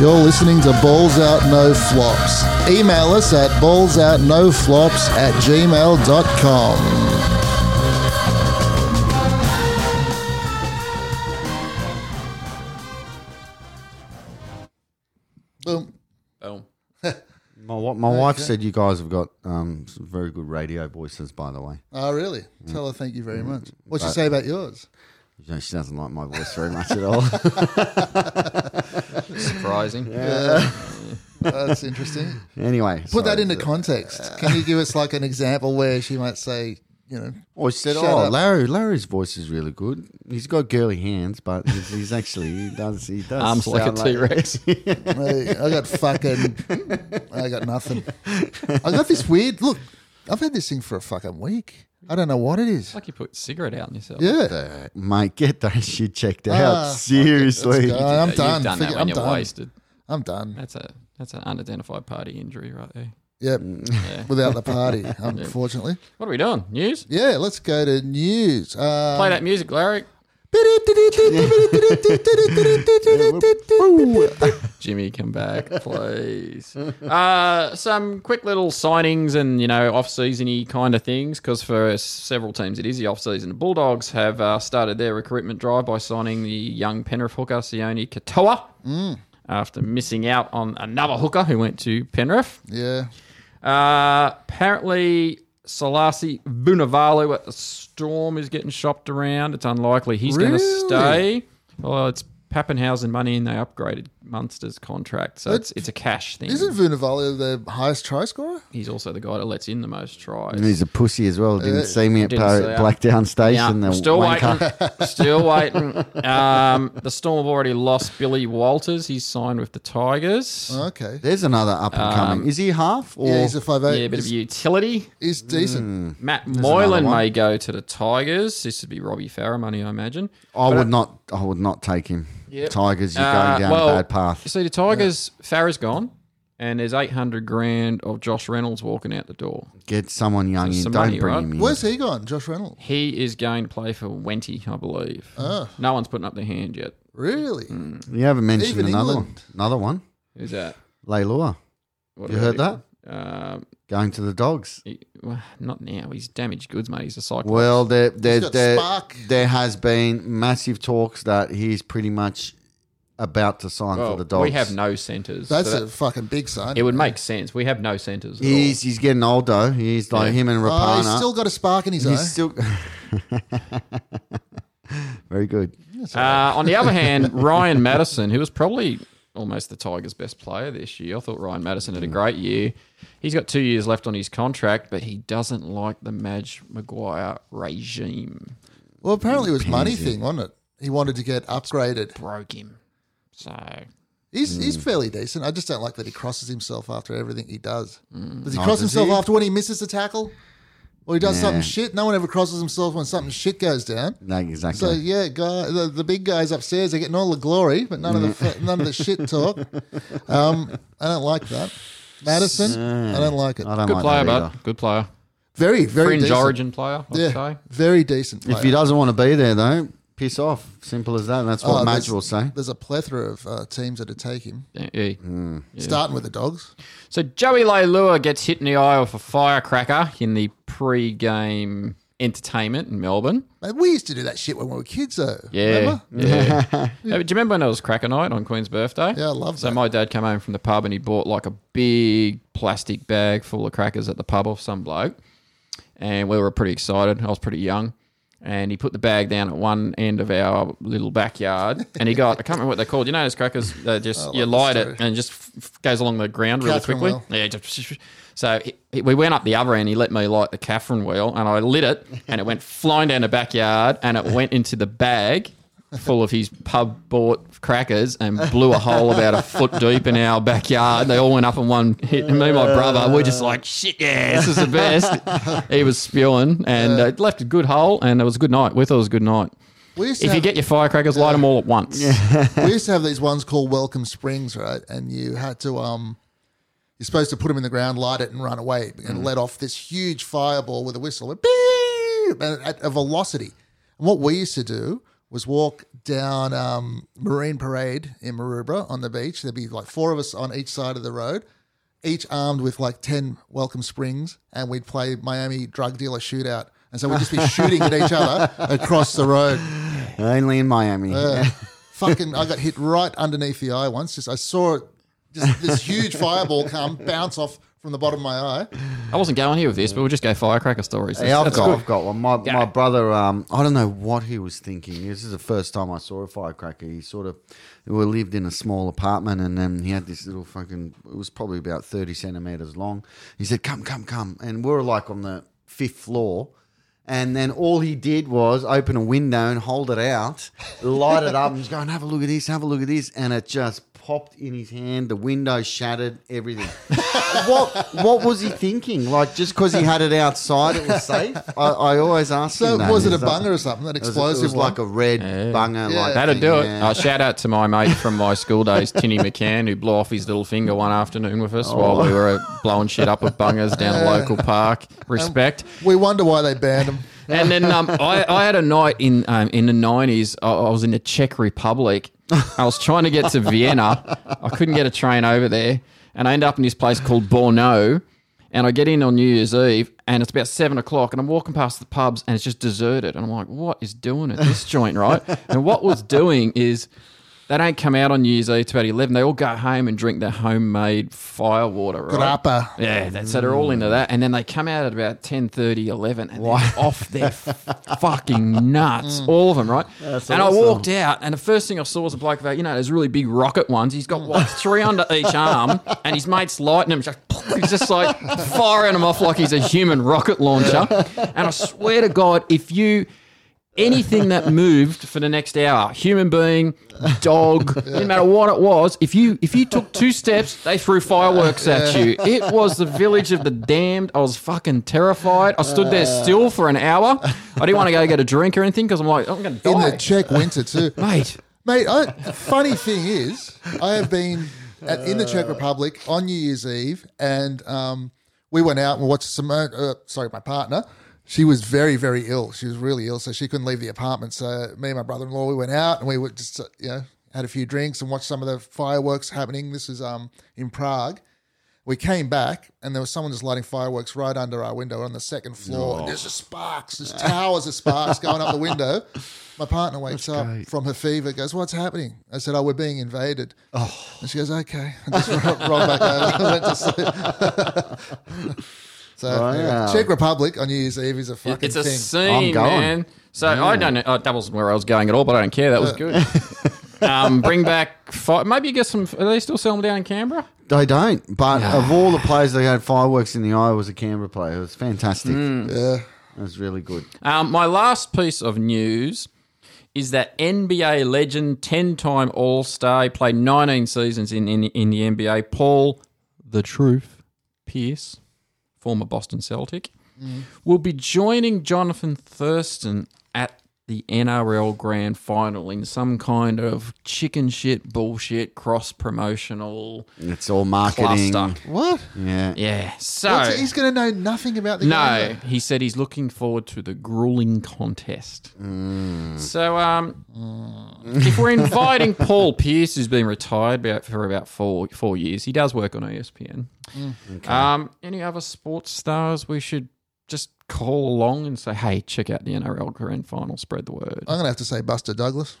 You're listening to Balls Out No Flops. Email us at ballsoutnoflops at gmail.com. Boom.
Boom.
My, wa- my wife said you guys have got um, some very good radio voices, by the way.
Oh, really? Tell her thank you very much. What'd she say about yours?
You know, she doesn't like my voice very much at <laughs> all.
Surprising.
Oh, That's interesting.
anyway,
Put that into context. Can you give us like an example where she might say, you know,
Or she said,
Shut
"Oh,
up."
Larry, Larry's voice is really good. He's got girly hands, but he's, he's actually he does he does
Arms like a
sound
T Rex.
Mate, I got fucking. I got nothing. I got this weird look. I've had this thing for a fucking week. I don't know what it is.
like you put cigarette out in yourself.
Yeah.
Mate, get that shit checked out.
Ah,
Seriously,
All right, I'm
You've done
done.
that
Figure-
when
I'm
you're
done.
wasted.
I'm done.
That's a that's an unidentified party injury right there. <laughs>
Yep. Without the party, unfortunately.
What are we doing? News?
Yeah. Let's go to news. Uh,
Play that music, Larry. Jimmy, come
<laughs>
back, please. Uh, some quick little signings and you know off-seasony kind of things because for several teams it is the off-season. The Bulldogs have uh, started their recruitment drive by signing the young Penrith hooker Sione Katoa
Mm.
after missing out on another hooker who went to Penrith.
<laughs> yeah.
Uh, apparently, Selassie Vunivalu at the Storm is getting shopped around. It's unlikely he's going to
Really?
stay. Well, it's Pappenhausen money, and they upgraded Munster's contract, so it's it's a cash thing.
Isn't Vunivalu the highest try scorer?
He's also the guy that lets in the most tries.
and he's a pussy as well.
Uh,
Didn't see me at
didn't see
Par-
that.
Blackdown
Yeah,
Station. the
still
wanker.
waiting. Still waiting. Um, the Storm have already lost Billy Walters. He's signed with the Tigers.
Okay.
There's another up and coming.
Um,
is he half or
Oh, Yeah, he's a five eight.
yeah, a bit of
he's,
utility.
he's decent.
Matt Moylan
another one.
may go to the Tigers. This would be Robbie Farah money, I imagine.
I would not. I would not take him.
Yep.
Tigers, you're
Uh,
going down
well,
a bad path.
You see, the Tigers, Farah's gone, and there's 800 grand of Josh Reynolds walking out the door.
Get someone young
There's
in.
some
Don't
money,
bring
right?
him in.
Where's he gone? Josh Reynolds. Ah,
He is going to play for Wenty, I believe.
Ah.
No one's putting up their hand yet.
Really?
Mm.
You haven't mentioned
Even
another
England.
one. Another one.
Who's that?
Leilua.
What
You
about
heard
him?
that?
Um,
Going to the dogs.
he- well, not now. He's damaged goods, mate. He's a cyclist.
Well, there, there,
got
there,
spark.
there has been massive talks that he's pretty much about to sign
Well,
for the Dogs.
we have no centres.
That's
so
a
that-
fucking big sign.
it would make sense. We have no centres. at all.
He's he's getting old though. He's like him and
Oh,
Rapana.
he's still got a spark in his eye.
He's still <laughs> very good.
Uh, on the other hand, Ryan Madison, who was probably almost the Tigers' best player this year, I thought Ryan Madison had a great year. He's got two years left on his contract, but he doesn't like the Madge Maguire regime.
well, apparently it was money thing, wasn't it? He wanted to get upgraded.
Broke him. So
Hmm.
He's, he's fairly decent. I just don't like that he crosses himself after everything he does.
Hmm.
Does he
Oh,
cross himself after when he misses a tackle? Or he does something shit? No one ever crosses himself when something shit goes down.
No, exactly.
So yeah, guy, the, the big guys upstairs are getting all the glory, but none of the fu- none of
<laughs>
the shit talk. Um, I don't like that, Madison. I don't like it.
I don't
good
like
player,
that
bud.
either.
Good player.
Very very
Fringe
decent.
origin player, I'd
Yeah,
say.
very decent.
If he
player.
doesn't want to be there though, piss off. Simple as that. That's what
Oh,
Madge
there's-
will say.
There's a plethora of uh, teams that would take him,
Yeah, yeah.
starting with the dogs.
So Joey Leilua gets hit in the eye with a firecracker in the pre-game entertainment in Melbourne.
Mate, we used to do that shit when we were kids, though.
Yeah.
Remember?
yeah. Yeah, but Do you remember when it was cracker night on Queen's birthday?
Yeah, I love
So
that.
my dad came home from the pub and he bought like a big plastic bag full of crackers at the pub off some bloke. And we were pretty excited. I was pretty young. And he put the bag down at one end of our little backyard. And he got, I can't remember what they're called. You know those crackers? They just, you
love
light
this
it and it just f- f- goes along the ground really
Catherine
quickly.
wheel.
Yeah. Just, so he, he- we went up the other end. He let me light the Catherine wheel, and I lit it, and it went flying down the backyard, and it went into the bag full of his pub bought crackers and blew a hole about a foot deep in our backyard. They all went up in one hit. And me and my brother, we're just like, shit, yeah, this is the best. he was spewing, and uh, it left a good hole, and it was a good night. We thought it was a good night.
We used to
If you
have-
get your firecrackers, light them all at once.
we used to have these ones called Welcome Springs, right? And you had to um, you're supposed to put them in the ground, light it, and run away, and let off this huge fireball with a whistle, a beep, and at a velocity. And what we used to do was walk down um, Marine Parade in Maroubra on the beach. There'd be like four of us on each side of the road. Each armed with like 10 Welcome Springs, and we'd play Miami drug dealer shootout. And so we'd just be shooting at each other across the road.
Only in Miami.
Uh, <laughs> fucking, I got hit right underneath the eye once. Just I saw it, just
<laughs>
this huge fireball come bounce off from the bottom of my eye.
I wasn't going here with this, but we'll just go firecracker stories.
Yeah, I've
That's
got,
good.
I've got one. My, my brother, um, I don't know what he was thinking. This is the first time I saw a firecracker. He sort of we lived in a small apartment, and then he had this little fucking. It was probably about thirty centimeters long. He said, "Come, come, come!" And we were like on the fifth floor. And then all he did was open a window and hold it out, light it up, and just go and have a look at this, have a look at this, and it just popped in his hand. The window shattered, everything. <laughs> what What was he thinking? Like just because he had it outside, it was safe. I, I always ask.
So
him that.
was it a
Is that-
bunger or something? That
It was-
explosive
It was
one?
like a red bunger.
Yeah.
Like
That'd
thing,
do it.
yeah.
Uh, shout out to my mate from my school days, Tinny McCann, who blew off his little finger one afternoon with us while we were uh, blowing shit up with bungers down a local park. Respect.
we wonder why they banned them.
And then um, I, I had a night in um, in the nineties. I, I was in the Czech Republic. I was trying to get to Vienna. I couldn't get a train over there, and I end up in this place called Borno. And I get in on New Year's Eve, and it's about seven o'clock, and I'm walking past the pubs, and it's just deserted. And I'm like, "What is doing at this joint, right?" And what was doing is they don't come out on New Year's Eve to about eleven. They all go home and drink their homemade fire water, right?
Grappa.
Yeah, that, so they're all into that, and then they come out at about 10, 11, and they're off their <laughs> f- fucking nuts, all of them, right? and I walked out, and the first thing I saw was a bloke about, you know, those really big rocket ones. He's got like three under each arm, and his mates lighting him, just, he's just like firing him off like he's a human rocket launcher. And I swear to God, if you anything
<laughs>
that moved for the next hour human being
<laughs>
dog didn't matter what it was if you if you took two steps they threw fireworks at you it was the village of the damned i was fucking terrified i stood there still for an hour i didn't want to go get a drink or anything because i'm like i'm gonna
In
die
the Czech
<laughs>
winter too,
mate
mate. I, funny thing is, I have been at, in the Czech Republic on New Year's Eve, and um, we went out and watched Simone. Uh, sorry, my partner. She was very, very ill. She was really ill, so she couldn't leave the apartment. So me and my brother-in-law, we went out and we were just, uh, you know, had a few drinks and watched some of the fireworks happening. This is um in Prague. We came back and there was someone just lighting fireworks right under our window on the second floor. And there's just sparks, there's towers of sparks going up the window. My partner wakes up from her fever, goes, What's happening? I said, Oh, we're being invaded. Oh. And she goes, Okay. I just <laughs> ro- rolled back over. went to sleep. <laughs> so, yeah.
Wow.
Czech Republic on New Year's Eve is a fucking
It's
thing.
a scene,
I'm going.
man. So I don't know. Oh, that wasn't where I was going at all, but I don't care. That was good.
<laughs>
um, bring back five. Maybe you get some. Are they still selling them down in Canberra?
uh, They don't. But of all the players that had fireworks in the eye, was a Canberra player. It was fantastic.
Hmm.
yeah.
It was really good.
Um, my last piece of news is that NBA legend, 10 time All Star, he played 19 seasons in, in, in the NBA, Paul The Truth Pierce, former Boston Celtic, will be joining Jonathan Thurston at the NRL Grand Final in some kind of chicken shit bullshit cross promotional
It's all marketing.
cluster.
What?
Yeah.
Yeah. So.
What's- he's going to know nothing about the game.
No,
though.
he said he's looking forward to the grueling contest. So, um, if we're inviting Paul Pierce, who's been retired about, for about four four years, he does work on E ESPN. Um, any other sports stars we should just call along and say, "Hey, check out the NRL Grand Final. Spread the word."
I'm going to have to say Buster Douglas.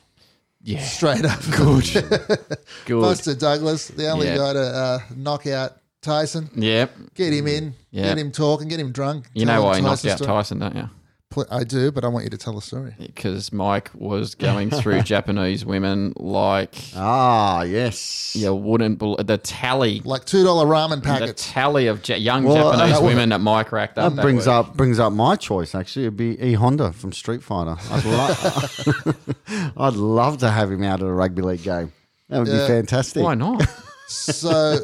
yeah,
Straight up. <laughs> Good.
good.
Buster Douglas, the only
Yeah.
guy to uh, knock out Tyson.
Yep.
Get him in.
Yeah.
Get him talking. Get him drunk.
You
Tell
know
him
why he knocked
Tyson's
out
story.
Tyson, don't you?
Pl- I do, but I want you to tell the story.
Because Mike was going through Japanese women like
Ah, yes.
you wouldn't believe the tally.
Like $2 ramen
the
packets.
tally of ja- young
Well, uh,
Japanese
that-
women that Mike racked up.
That brings
week.
up brings up my choice. Actually, it'd be E Honda from Street Fighter. I'd, lo- <laughs> I'd love to have him out at a rugby league game. That would
Yeah.
be fantastic. <laughs>
Why not?
So,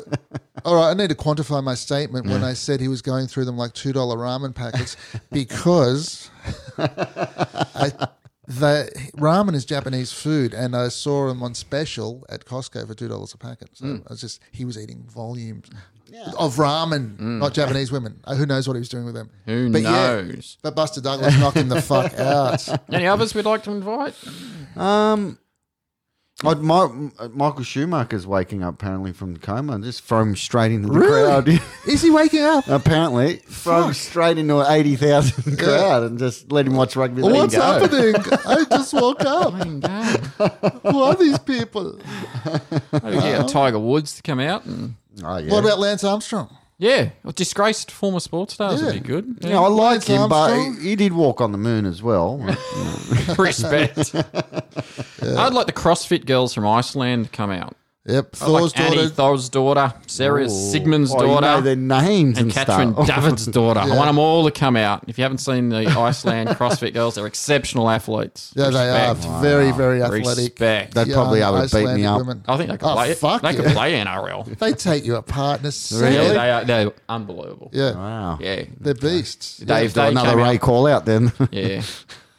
all right, I need to quantify my statement when I said he was going through them like $2 ramen packets because I, the ramen is Japanese food and I saw him on special at Costco for $2 a packet. So I was just, he was eating volumes of ramen, not Japanese women. Uh, Who knows what he was doing with them?
Who
But yeah.
knows?
But Buster Douglas knocked him the fuck out.
Any others we'd like to invite?
Um, I'd, my, Michael Schumacher's waking up apparently from the coma. Just throw him straight into the crowd.
Is he waking
<laughs>
up?
apparently, throw him straight into an eighty thousand crowd and just let him watch rugby league.
What's
go.
happening? I just woke
<laughs>
up. Who are these people?
Maybe get Tiger Woods to come out and
Oh, yeah.
What about Lance Armstrong?
yeah, well, disgraced former sports stars would
Yeah.
be good.
Yeah, I like
Lance
him, but
Armstrong?
he, he did walk on the moon as well. <laughs>
<laughs> Respect. I'd like the CrossFit girls from Iceland to come out.
Yep,
I like
Thor's
Annie
daughter.
Thor's daughter, Sarah Sigmund's
Oh, you
daughter.
know their names and,
and
<laughs>
Catherine
stuff.
David's daughter. I want them all to come out. If you haven't
<laughs>
seen the Iceland CrossFit girls, they're exceptional athletes.
yeah, they are
Respect.
very, very athletic.
Respect.
They'd probably
young
able to beat me
Icelandic
up.
women.
I think they could
Oh,
play it.
fuck
they could
yeah.
play
<laughs>
NRL.
They take
<laughs>
you apart in a
Yeah,
second.
they are. They're unbelievable.
Yeah,
Wow.
Yeah,
they're beasts.
Dave,
Do
they
another
came
Ray
out-
call out
<laughs>
then.
<laughs>
Yeah,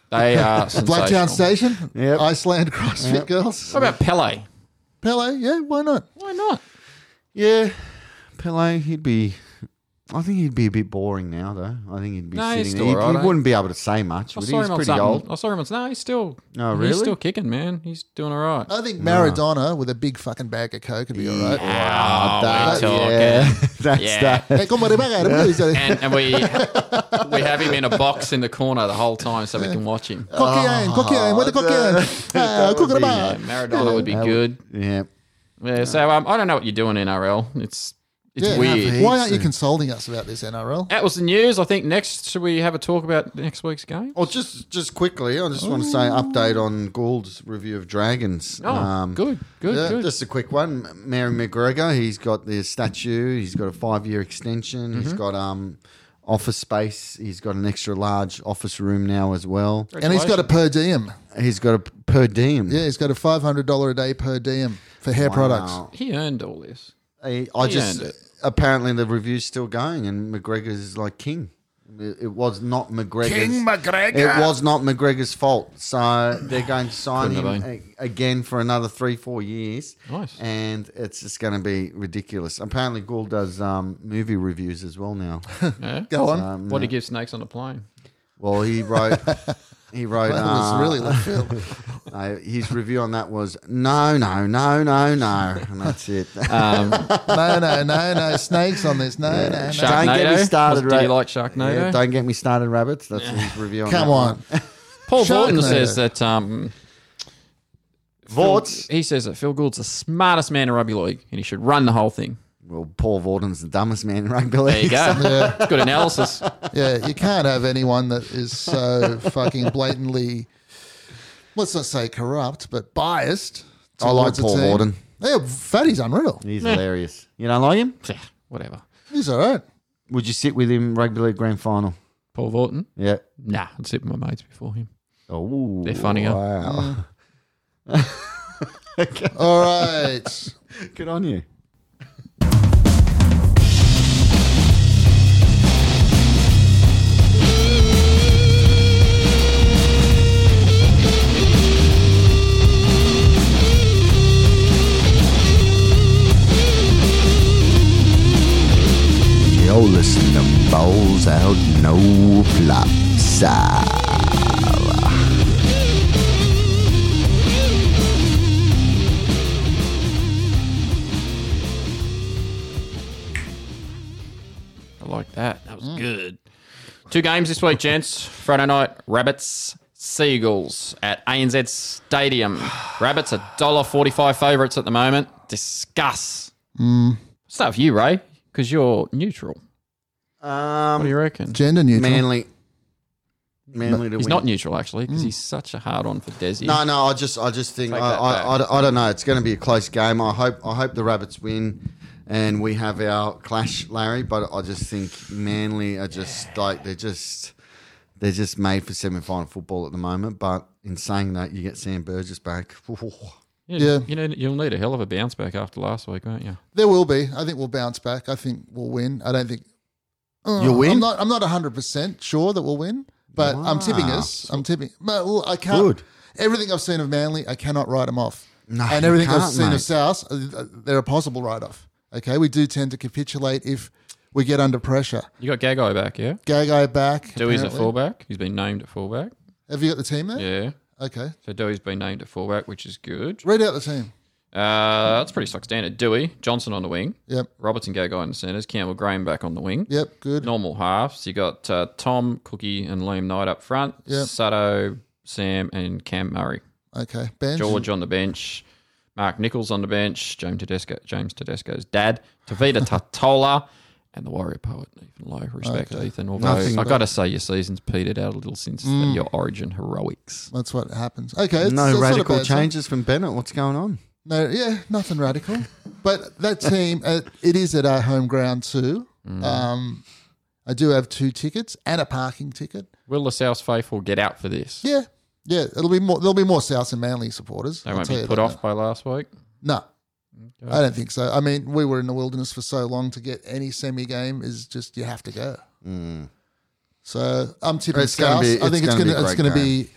they are.
Blacktown
sensational.
Station,
Yep.
Iceland CrossFit girls.
What about Pele?
Pele, yeah, why not?
Why not?
yeah. Pele, he'd be. I think he'd be a bit boring now, though. I think he'd be
No, he's
sitting
still
there. He,
all right, eh?
he wouldn't be able to say much.
I
Would he?
saw
He's
him on
pretty
something.
old.
I saw him on. No, he's still.
Oh,
He's
really?
still kicking, man. He's doing all right.
I think Maradona with a big fucking bag of coke would be all right.
Wow,
That-
we're talking.
yeah, <laughs>
<laughs>
that's
Yeah.
that.
Hey, come on, Maradona.
And, and we <laughs> we have him in a box in the corner the whole time so we can watch
<laughs>
him. Oh,
Cocaine, cocaine, where the cocaine? Ah, cook it
Yeah,
about.
Maradona would be good.
Yeah.
Yeah, so um, I don't know what you're doing NRL. It's it's
Yeah.
weird.
Why aren't you consulting us about this NRL?
That was the news. I think next should we have a talk about next week's game?
Oh,
Well, just just quickly, I just want to say update on Gould's review of Dragons. Um,
Oh,
um,
good, good,
Yeah,
good.
Just a quick one. Mary McGregor, he's got the statue. He's got a five-year extension.
Mm-hmm.
He's got um office space. He's got an extra large office room now as well.
And he's got a per diem.
He's got a per diem.
Yeah, he's got a five hundred dollar a day per diem for hair products.
He earned all this.
I, I
He
just
earned it.
apparently the review's still going, and McGregor's like king. It it was not McGregor's. King McGregor. It was not McGregor's fault. So they're going to sign
Couldn't have
him a- again for another three, four years.
Nice.
And it's just going to be ridiculous. Apparently, Gould does um, movie reviews as well
<laughs>
now.
Yeah?
Go on.
What do you give snakes on a
<laughs>
plane?
well, he wrote.
<laughs>
He wrote.
that was
uh,
really left field.
<laughs> uh, his review on that was no, no, no, no, no, and that's
<laughs>
it.
No, no, no, no snakes on this. No, no, no.
Sharknado?
Don't get me started.
Was- did he
Ra-
like Sharknado?
Yeah, don't get me started, rabbits. That's his review. On
Come
that
on,
Paul Vorton
Sharknado.
says that. Um,
Vorts.
he says that Phil Gould's the smartest man in rugby league, and he should run the whole thing.
Well, Paul Vorden's the dumbest man in <laughs> rugby league.
<laughs>
There you go. Good analysis. <laughs>
Yeah, you can't have anyone that is so fucking blatantly, let's not say corrupt, but biased.
I like
towards a
Paul
team.
Warden.
Yeah, Fatty's unreal.
He's hilarious. You don't like him?
Yeah, Whatever.
He's all right.
Would you sit with him rugby league grand final?
Paul Vorton.
Yeah.
Nah, I'd sit with my mates before him.
Oh,
They're funnier.
Wow.
All
<laughs>
right.
Good on you. Yo, listen to Bowls Out No Flops.
I like that. That was good. Mm. Two games this week, gents. Friday night, Rabbits, Seagulls at ANZ Stadium. <sighs> Rabbits are $1.45 favourites at the moment. Discuss.
Mm.
Start with you, Ray, because you're neutral. What do
Um,
you reckon?
Gender neutral.
manly. Manly to
He's
win.
not neutral, actually,
Mm.
because he's such a hard on for Desi.
No, no. I just, I just think, I,
Take that back.
I, I, I don't know. It's going to be a close game. I hope, I hope the Rabbits win, and we have our clash, Larry. But I just think Manly are just like they're just, they're just made for semi-final football at the moment. But in saying that, you get Sam Burgess back. <laughs>
You,
Yeah.
you know, you'll need a hell of a bounce back after last week, won't you?
There will be. I think we'll bounce back. I think we'll win. I don't think Uh,
You'll win?
I'm not. I'm not 100 percent sure that we'll win, but I'm tipping
Wow.
us. I'm tipping. But well, I can't.
Good.
Everything I've seen of Manly, I cannot write them off.
No,
and
you
everything I've
can't,
seen
mate.
of South, uh, they're a possible write-off. Okay, we do tend to capitulate if we get under pressure.
You got Gagai back, yeah?
Gagai back.
Dewey's at
apparently.
fullback. He's been named at fullback.
Have you got the team there?
Yeah.
Okay.
So Dewey's been named at fullback, which is good.
Read out the team.
Uh, that's pretty stock standard. Dewey, Johnson on the wing.
Yep.
Robertson Gagai in the centres, Campbell Graham back on the wing.
Yep. Good.
Normal halves. You got uh, Tom, Cookie, and Liam Knight up front.
Yep.
Sato, Sam, and Cam Murray.
Okay. Bench.
George on the bench. Mark Nichols on the bench. James Tedesco, James Tedesco's dad. Tavita
<laughs>
Tatola. And the warrior poet, Ethan Lowe. Respect, Ethan. Although
Nothing Mm.
i got to say, your season's petered out a little since the- your origin heroics.
That's what happens. Okay. it's-
no
it's not a
radical
bad team.
changes from Bennett. What's going on?
No, yeah, nothing radical. But
<laughs>
that team, uh, it is at our home ground too.
Mm.
Um, I do have two tickets and a parking ticket.
Will the South faithful get out for this?
Yeah, yeah, it'll be more. There'll be more South and Manly supporters.
They
I'll
won't
tell
be
you
put
that
off
now.
by last week.
No, I don't think so. I mean, we were in the wilderness for so long to get any semi game is just you have to go. So I'm tipping
Mm. It's gonna
South.
be-
I
it's
think it's
gonna be
gonna
a
it's
great
gonna be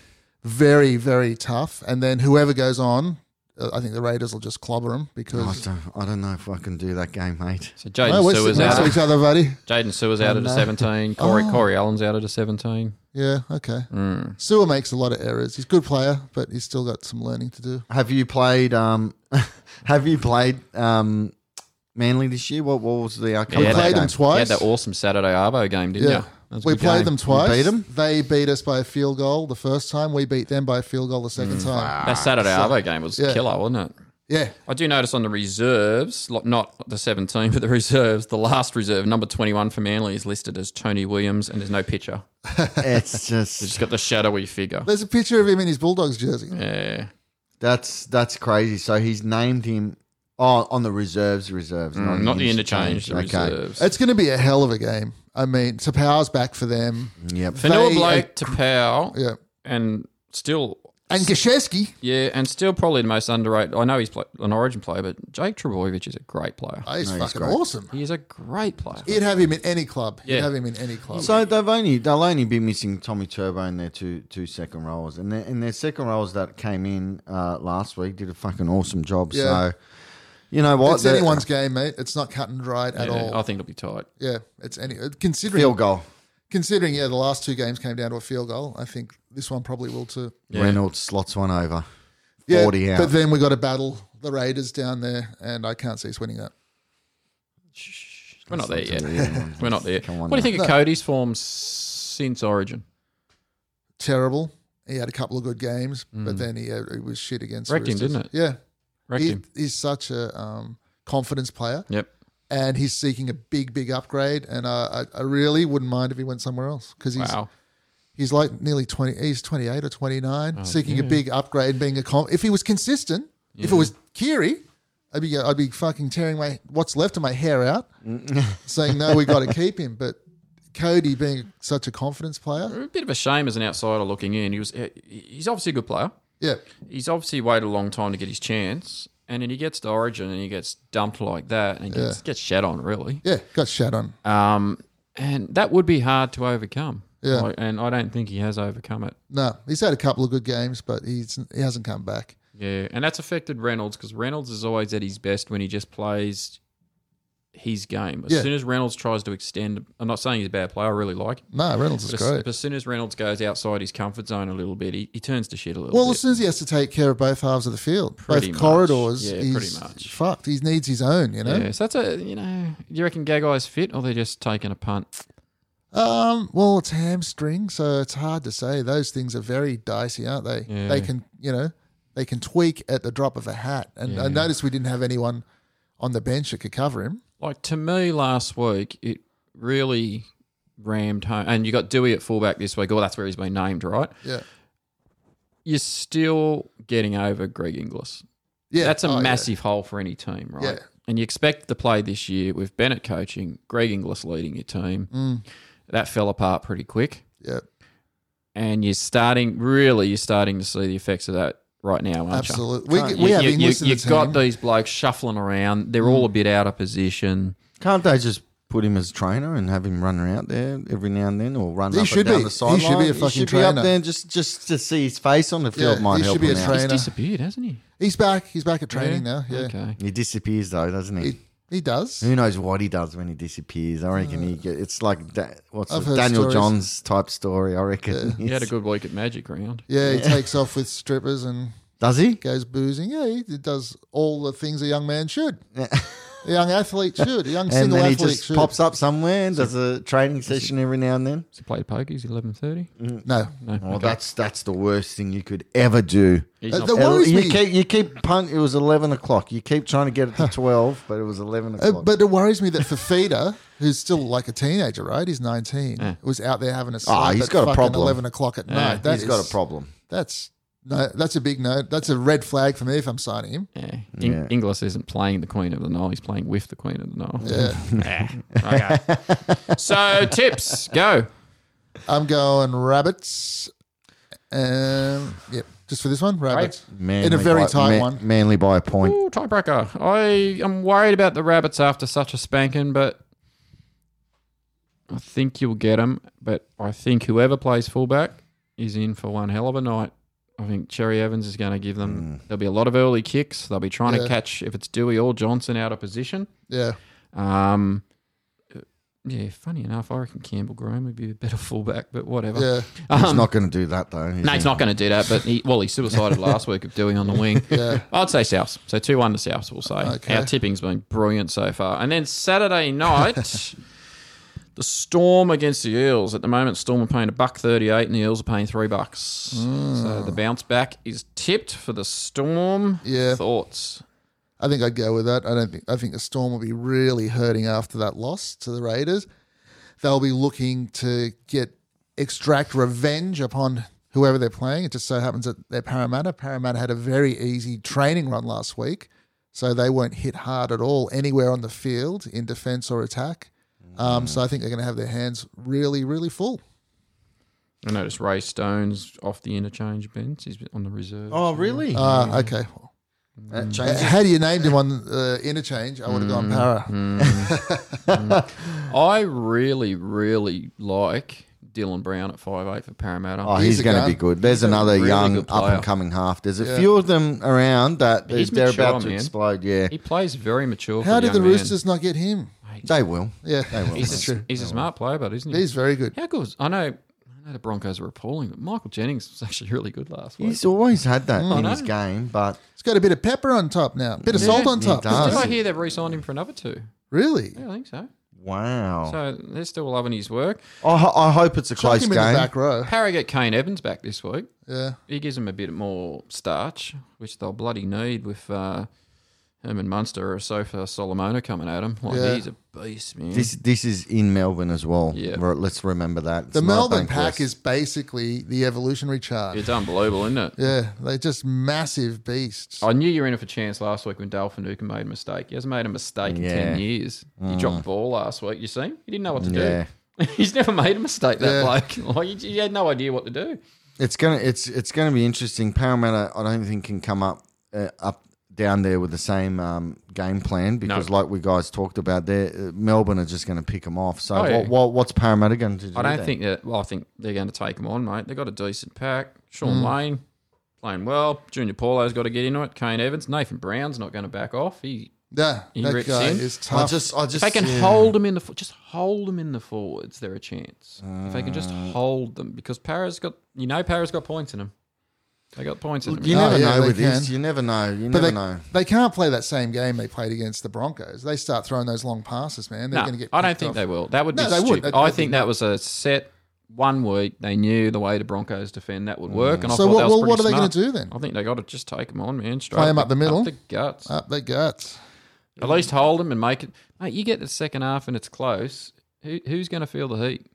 very very tough. And then whoever goes on, uh, I think the Raiders will just clobber them
I
because.
don't, I don't know if I can do that game, mate.
So
No,
Jaden
we're
Sewer's
sitting next to
out.
each Oh. other, buddy.
Jaden Sewer's out at a 17. Corey, Corey Allen's out at a 17.
Yeah, okay. Sewer makes a lot of errors. He's a good player, but he's still got some learning to do.
Have you played? Um, <laughs> have you played? Um, Manly this year. What, what was the outcome?
Yeah,
of that
we played them
game?
You
twice.
had that awesome Saturday Arvo game, didn't
yeah.
you? That was a
We
good
played
game.
them twice.
beat 'em?
They beat us by a field goal the first time. We beat them by a field goal the second time.
That Saturday Arvo game was
yeah.
killer, wasn't it?
Yeah.
I do notice on the reserves, lo- not the 17, <laughs> but the reserves, the last reserve, number 21 for Manly, is listed as Tony Williams, and there's no picture.
It's
It's <laughs>
just
got the shadowy figure.
There's a picture of him in his Bulldogs jersey.
Yeah.
that's that's crazy. So he's named him oh, on the reserves, reserves,
Mm, not the interchange, the
interchange.
reserves.
It's going to be a hell of a game. I mean, Tapau's back for them.
Yep.
Fanua
they-
Blake, Tapau,
Yeah.
and still,
And Gashewski.
yeah, and still probably the most underrated. I know he's pla an origin player, but Jake Trebojevic is a great player.
Oh, he's
No, he's
fucking
great.
awesome.
He is a great player.
You'd have him in any club.
Yeah.
You'd have him in any club.
So they've only they'll only be missing Tommy Turbo and their two two second rollers, and their and their second rollers that came in uh, last week did a fucking awesome job.
Yeah.
So you know what?
it's
They're-
anyone's game, mate. It's not cut and dried at
Yeah,
all.
I think it'll be tight.
yeah, it's any considering
field goal.
considering yeah the last two games came down to a field goal i think this one probably will too
Reynolds slots one over.
yeah,
40 out.
but then we got to battle the raiders down there and i can't see us winning that
We're not there yet. <laughs>
Yeah.
We're not there.
Come on
What do you
now.
think of Cody's form s- since Origin?
terrible He had a couple of good games, but then he, uh, he was shit against
Mm. Wrecked him,
Roosters.
didn't it?
Yeah,
Wrecked
he,
him.
he's such a um, confidence player,
Yep.
and he's seeking a big, big upgrade. And uh, I, I really wouldn't mind if he went somewhere else because he's
Wow.
he's like nearly 20 he's 28 or
Oh,
29 seeking a big upgrade being a com- if he was consistent if it was Kiri I'd be I'd be fucking tearing my what's left of my
<laughs>
hair out saying no we got to keep him but Cody being such a confidence player
A bit of a shame as an outsider looking in. He was. he- He's obviously a good player.
yeah
He's obviously waited a long time to get his chance, and then he gets to Origin and he gets dumped like that and gets gets shat on really.
yeah got shat on
Um, and that would be hard to overcome.
Yeah.
Like, and I don't think he has overcome it.
no he's had a couple of good games but he's he hasn't come back
Yeah, and that's affected Reynolds because Reynolds is always at his best when he just plays his game. As
Yeah.
soon as Reynolds tries to extend, I'm not saying he's a bad player. I really like him.
no Reynolds is
But as,
great
but as soon as Reynolds goes outside his comfort zone a little bit, he, he turns to shit a little
well as
bit.
soon as he has to take care of both halves of the field
Pretty
both
much.
corridors
Yeah,
he's
pretty much.
fucked he needs his own you know
Yeah, so that's a you know, do you reckon Gagai's fit or they're just taking a punt?
Um, well, it's hamstring, so it's hard to say. Those things are very dicey, aren't they?
Yeah.
They can, you know, they can tweak at the drop of a hat. And I noticed we didn't have anyone on the bench that could cover him.
Like to me last week, it really rammed home. And you got Dewey at fullback this week. Oh, that's where he's been named, right?
Yeah,
You're still getting over Greg Inglis.
yeah,
That's a
Oh, yeah.
massive hole for any team, right?
Yeah.
And you expect the play this year with Bennett coaching, Greg Inglis leading your team.
Mm.
That fell apart pretty quick.
Yeah,
And you're starting, really, you're starting to see the effects of that right now, aren't
absolutely. We,
you?
we
You-
have
you,
English in the
have got
team. Mm.
these blokes shuffling around. They're all a bit out of position.
Can't they just put him as trainer and have him run around there every now and then, or run
He
up
should
and down
be.
the
He should be a
sideline?
fucking
should be up
trainer.
there and just just to see his face on the field
Yeah,
might
he
help
should be
him
a
out.
trainer.
He's disappeared, hasn't he?
He's back. He's back at training now. Yeah,
Okay.
He disappears though, doesn't he?
he, he does.
Who knows what he does when he disappears? I reckon he get, it's like da, what's
I've
the
heard
Daniel
stories.
Johns type story. I reckon.
He had
<laughs>
a
It's-
good week at Magic Round.
Yeah, he takes off with strippers and
does he?
goes boozing. Yeah, he does all the things a young man should. A young athlete should. A young
And
single
then he
athlete
just
should.
pops up somewhere and does a training session every now and then.
He played poker. He's eleven thirty.
No,
Oh, that's that's the worst thing you could ever do.
He's
Uh,
not
the
It'll-
worries
you
me.
keep you keep punt. It was eleven o'clock. You keep trying to get it to twelve, but it was eleven
Uh,
o'clock.
but it worries me that Fafita, who's still like a teenager, right? He's 19, was out there having a slap
Oh, he's
at
got a
fucking
problem.
11 o'clock at night. That
he's got
is-
a problem.
That's, no, that's a big no. That's a red flag for me if I'm signing him.
Yeah. In-
Yeah.
Inglis isn't playing the Queen of the Nile. He's playing with the Queen of the Nile. <laughs> okay. so tips go.
I'm going rabbits. Um, yep, just for this one, rabbits.
Manly
In a very
by-
tight
Man-
one.
Manly by a point.
Ooh, tiebreaker. I am worried about the rabbits after such a spanking, but I think you'll get them. But I think whoever plays fullback is in for one hell of a night. I think Cherry Evans is going to give them. There'll be a lot of early kicks. They'll be trying
Yeah.
to catch if it's Dewey or Johnson out of position.
Yeah.
Um, yeah, funny enough, I reckon Campbell Graham would be a better <laughs> fullback, but whatever.
Yeah.
he's not going to do that though. is
Um, No,
he?
he's not going to do that. But he, well, he <laughs> suicided last week of doing on the wing.
<laughs>
I'd say Souths. So two one to Souths. We'll say
Okay.
our tipping's been brilliant so far. And then Saturday night, <laughs> the Storm against the Eels. At the moment, Storm are paying a buck thirty-eight, and the Eels are paying three bucks.
Hmm.
So the bounce back is tipped for the Storm.
Yeah.
Thoughts?
I think I'd go with that. I don't think I think the Storm will be really hurting after that loss to the Raiders. They'll be looking to get extract revenge upon whoever they're playing. It just so happens that they're Parramatta. Parramatta had a very easy training run last week, so they weren't hit hard at all anywhere on the field in defence or attack. Um, so I think they're going to have their hands really, really full.
I noticed Ray Stone's off the interchange bench. He's on the reserve.
Oh really?
Uh,
Mm.
okay.
that
Uh,
changes.
Had you named him on uh, interchange, I would have
Mm.
gone para.
I really, really like Dylan Brown at five eight for Parramatta.
Oh,
He's
he's,
a
going to
gun.
be good. There's another
really
young
good player.
up and coming half. There's a few of them around that
He's
they're
mature,
about to
man.
explode. Yeah,
He plays very mature. for
How
a
did
young
the
man.
Roosters not get him?
they will.
Yeah,
He's, a, he's a smart player, but isn't he?
he's very good.
How good? Was, I know. I know the Broncos were appalling, but Michael Jennings was <laughs> actually really good last week.
He's always had that in
Oh, I
his
know.
game, but
It's got a bit of pepper on top now, bit of salt on
It
top.
does.
Did I hear they've re-signed him for another two?
Really?
Yeah, I think so.
Wow.
So they're still loving his work.
I, ho- I hope it's a
Chuck
close
him
game.
in the back row.
Parra get Kane Evans back this week.
Yeah.
He gives them a bit more starch, which they'll bloody need with uh, Herman Munster or Sofa Solomona coming at him. Like,
Yeah.
he's a beast, man.
This this is in Melbourne as well.
Yeah.
Re- Let's remember that. It's
The
not a
Melbourne
Bankwest.
pack is basically the evolutionary charge.
it's unbelievable, isn't it?
yeah, they're just massive beasts.
I knew you were in it for chance last week when Dale Finucane made a mistake. He hasn't made a mistake in
Yeah. Mm.
10 years. He dropped ball last week, you see? He didn't know what to
Yeah.
do. <laughs> He's never made a mistake, that
Yeah.
bloke. <laughs> Like, he, he had no idea what to do.
It's gonna it's it's gonna be interesting. Parramatta, I don't think can come up uh, up down there with the same um, game plan because, like we guys talked about, there uh, Melbourne are just going to pick them off. So
Oh,
what,
yeah.
what what's Parramatta going to do?
I don't
then?
think that. Well, I think they're going to take him on, mate. They've got a decent pack. Sean
Mm.
Lane playing well. Junior Paulo's got to get into it. Kane Evans. Nathan Brown's not going to back off. He,
Yeah,
He
that
rips
guy
in.
is
I
tough.
just I just
if they can
yeah.
hold him in the fo- just hold him in the forwards, they're a chance. if they can just
Uh.
hold them, because Para's got you know Para's got points in him. They got points in him.
You
Oh,
never
yeah,
know
they
with this.
can.
You never know. You
but
never
they,
know.
they can't play that same game they played against the Broncos. They start throwing those long passes, man. They're
No,
going to get.
I don't
picked
think
off.
they will. That would
No,
be
they would.
stupid.
They'd-
I
they'd
think
be-
that was a set one week. They knew the way the Broncos defend that would work, and I
So
thought
what-
that was
well,
pretty
what are they
going
gonna
to
do then?
I think they got to just take him on, man. Straight
Play 'em up the middle? Uh,
the guts.
Up their guts.
At least hold them and make it. Mate, you get the second half and it's close. Who, who's going to feel the heat?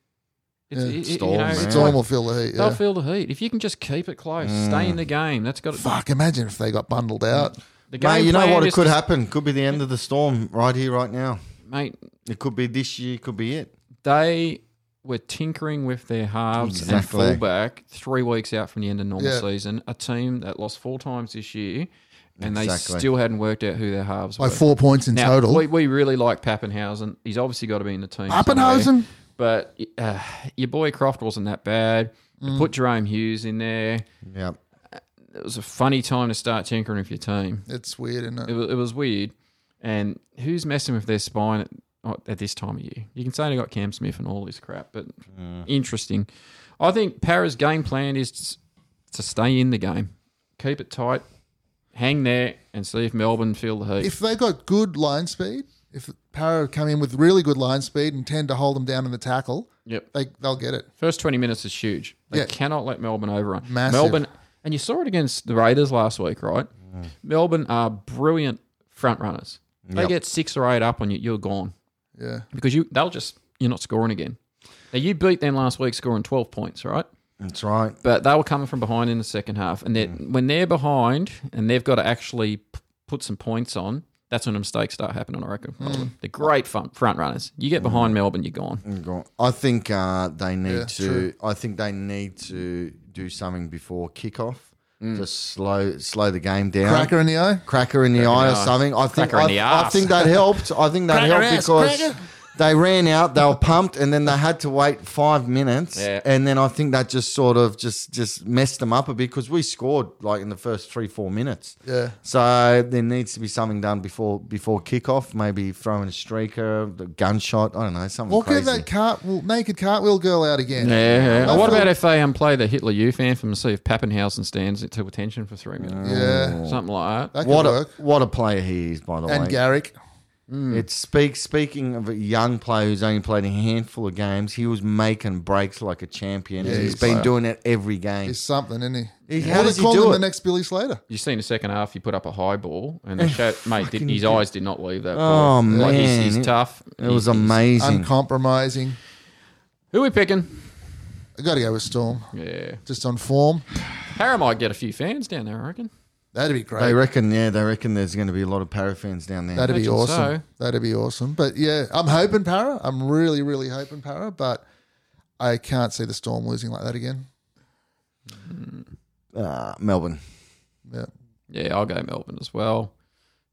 It's,
Yeah.
it- it- you
Storm,
know,
man.
it's-
It's all will feel the heat.
They'll
Yeah. Mm.
feel the heat if you can just keep it close, stay in the game. That's got to,
Fuck! Imagine if they got bundled out.
the game.
Mate, you know
plan
what? It
is
could
to-
happen. Could be the
<laughs>
end of the storm right here, right now.
mate.
It could be this year. Could be it.
They were tinkering with their halves
Exactly.
and fullback three weeks out from the end of normal
Yeah.
season. A team that lost four times this year, and
Exactly.
they still hadn't worked out who their halves
By
were.
four points in
Now,
total.
We, we really like Pappenhausen. He's obviously got to be in the team.
Pappenhausen?
somewhere. But uh, your boy Croft wasn't that bad. They
Mm.
Put Jerome Hughes in there.
Yeah.
It was a funny time to start tinkering with your team.
It's weird, isn't
It
it?
was, it was weird. And who's messing with their spine at, at this time of year? You can say they got Cam Smith and all this crap, but interesting. I think Para's game plan is to s- to stay in the game, keep it tight, hang there, and see if Melbourne feel the heat.
If they got good line speed, if Para come in with really good line speed and tend to hold them down in the tackle,
yep.
they they'll get it.
First 20 minutes is huge. They
Yeah.
cannot let Melbourne overrun.
Massive.
Melbourne, and you saw it against the Raiders last week, right? Melbourne are brilliant front runners. They get six or eight up on you, you're gone
Yeah,
because you they'll just you're not scoring again. Now you beat them last week, scoring 12 points, right?
That's right.
But they were coming from behind in the second half, and they're,
Mm.
when they're behind and they've got to actually p- put some points on. That's when mistakes start happening, I reckon.
Mm.
for Melbourne. They're great front, front runners. You get behind Melbourne, you're gone.
Go on. I think uh, they need
Yeah,
to.
true.
I think they need to do something before kickoff. Just slow, slow the game down.
Mm. cracker in the eye.
Cracker in the eye or
eye.
something. I think.
Cracker in
I,
the
I
arse.
think that helped. I think that
Cracker
helped
ass,
because
cracker.
they ran out. They were pumped, and then they had to wait five minutes.
Yeah.
And then I think that just sort of just just messed them up a bit because we scored like in the first three four minutes.
Yeah.
So there needs to be something done before before kickoff. Maybe throwing a streaker, the gunshot. I don't know something.
Or get
crazy.
that cart, well, naked cartwheel girl out again.
Yeah.
I
what
feel-
about if they um, play the Hitler Youth anthem and see if Pappenhausen stands to attention for three minutes?
Yeah,
Something like that.
that could
What a,
work.
what a player he is, by the
and Hmm.
way.
Garrick.
It speaks. Speaking of a young player who's only played a handful of games, he was making breaks like a champion. and
he's
he's been
player.
doing it every game.
He's something, isn't he?
He-
What
how
do
does
they
he
call
do
him
it?
the next Billy Slater?
You see in the second half, he put up a high ball, and
<laughs>
the show, mate, did, his eyes did not leave that
Oh,
ball. Like, he's-
man.
he's,
It-
tough.
It was
He's-
amazing.
Uncompromising.
Who we picking?
I got to go with Storm.
Yeah,
Just on form,
Para might get a few fans down there. I reckon.
that'd be great.
they reckon, yeah, they reckon there's going to be a lot of para fans down there.
That'd be
Imagine
awesome.
so.
That'd be awesome. But yeah, I'm hoping para. I'm really, really hoping para. But I can't see the storm losing like that again.
uh, Melbourne.
Yeah.
Yeah, I'll go Melbourne as well.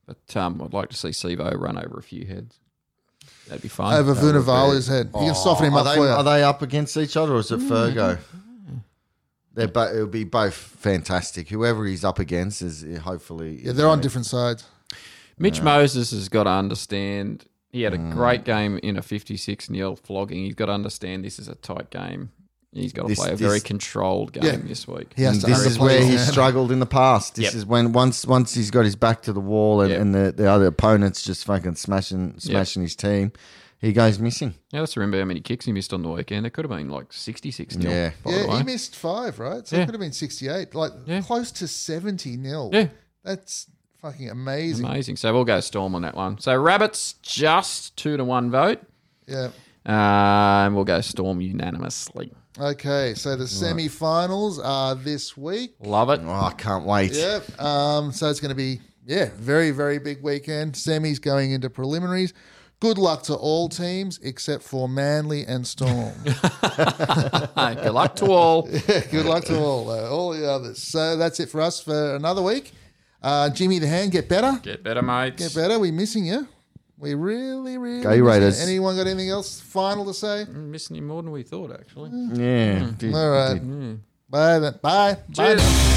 But um, I'd like to see Sevo run over a few heads. That'd be fun.
Over Vunavalu's head. You can soften him
Oh, Are
up
they,
for you.
are they up against each other or is it Fergo? They're bo- it'll be both fantastic. Whoever he's up against is uh, hopefully.
yeah, they're on different sides.
Mitch Moses has got to understand. He had a
Mm.
great game in a 56 nil flogging. He's got to understand this is a tight game. He's got to
This-
play a
this-
very controlled game
Yeah.
this week.
He has
And
to
this is
underplay
where
his
he
hand.
struggled in the past. This
Yep.
is when once once he's got his back to the wall and,
Yep.
and the, the other opponents just fucking smashing smashing his team. He goes missing.
Yeah, let's remember how many kicks he missed on the weekend. It could have been like 66 nil,
Yeah.
by the
yeah,
way.
he missed five, right? So
Yeah.
it could have been 68, like
Yeah.
close to 70 nil.
Yeah.
That's fucking amazing.
Amazing. So we'll go Storm on that one. So Rabbits just two to one vote.
Yeah.
Um, we'll go Storm unanimously.
Okay, so the semi-finals are this week.
Love it.
Oh, I can't wait.
Yep. Um, so it's going to be yeah, very very big weekend. Semis going into preliminaries. Good luck to all teams except for Manly and Storm.
<laughs>
<laughs>
Hey, good luck to all.
Good luck to all uh, all the others. So that's it for us for another week. Uh, Jimmy the Hand, get better,
<laughs> Get better, mates.
get better. We're missing you. We really really.
Go
missing you.
Raiders.
Anyone got anything else final to say?
I'm
Mm.
missing you more than we thought, actually.
Yeah. Did-
All right. Bye then. Bye. Bye.
Cheers.
now.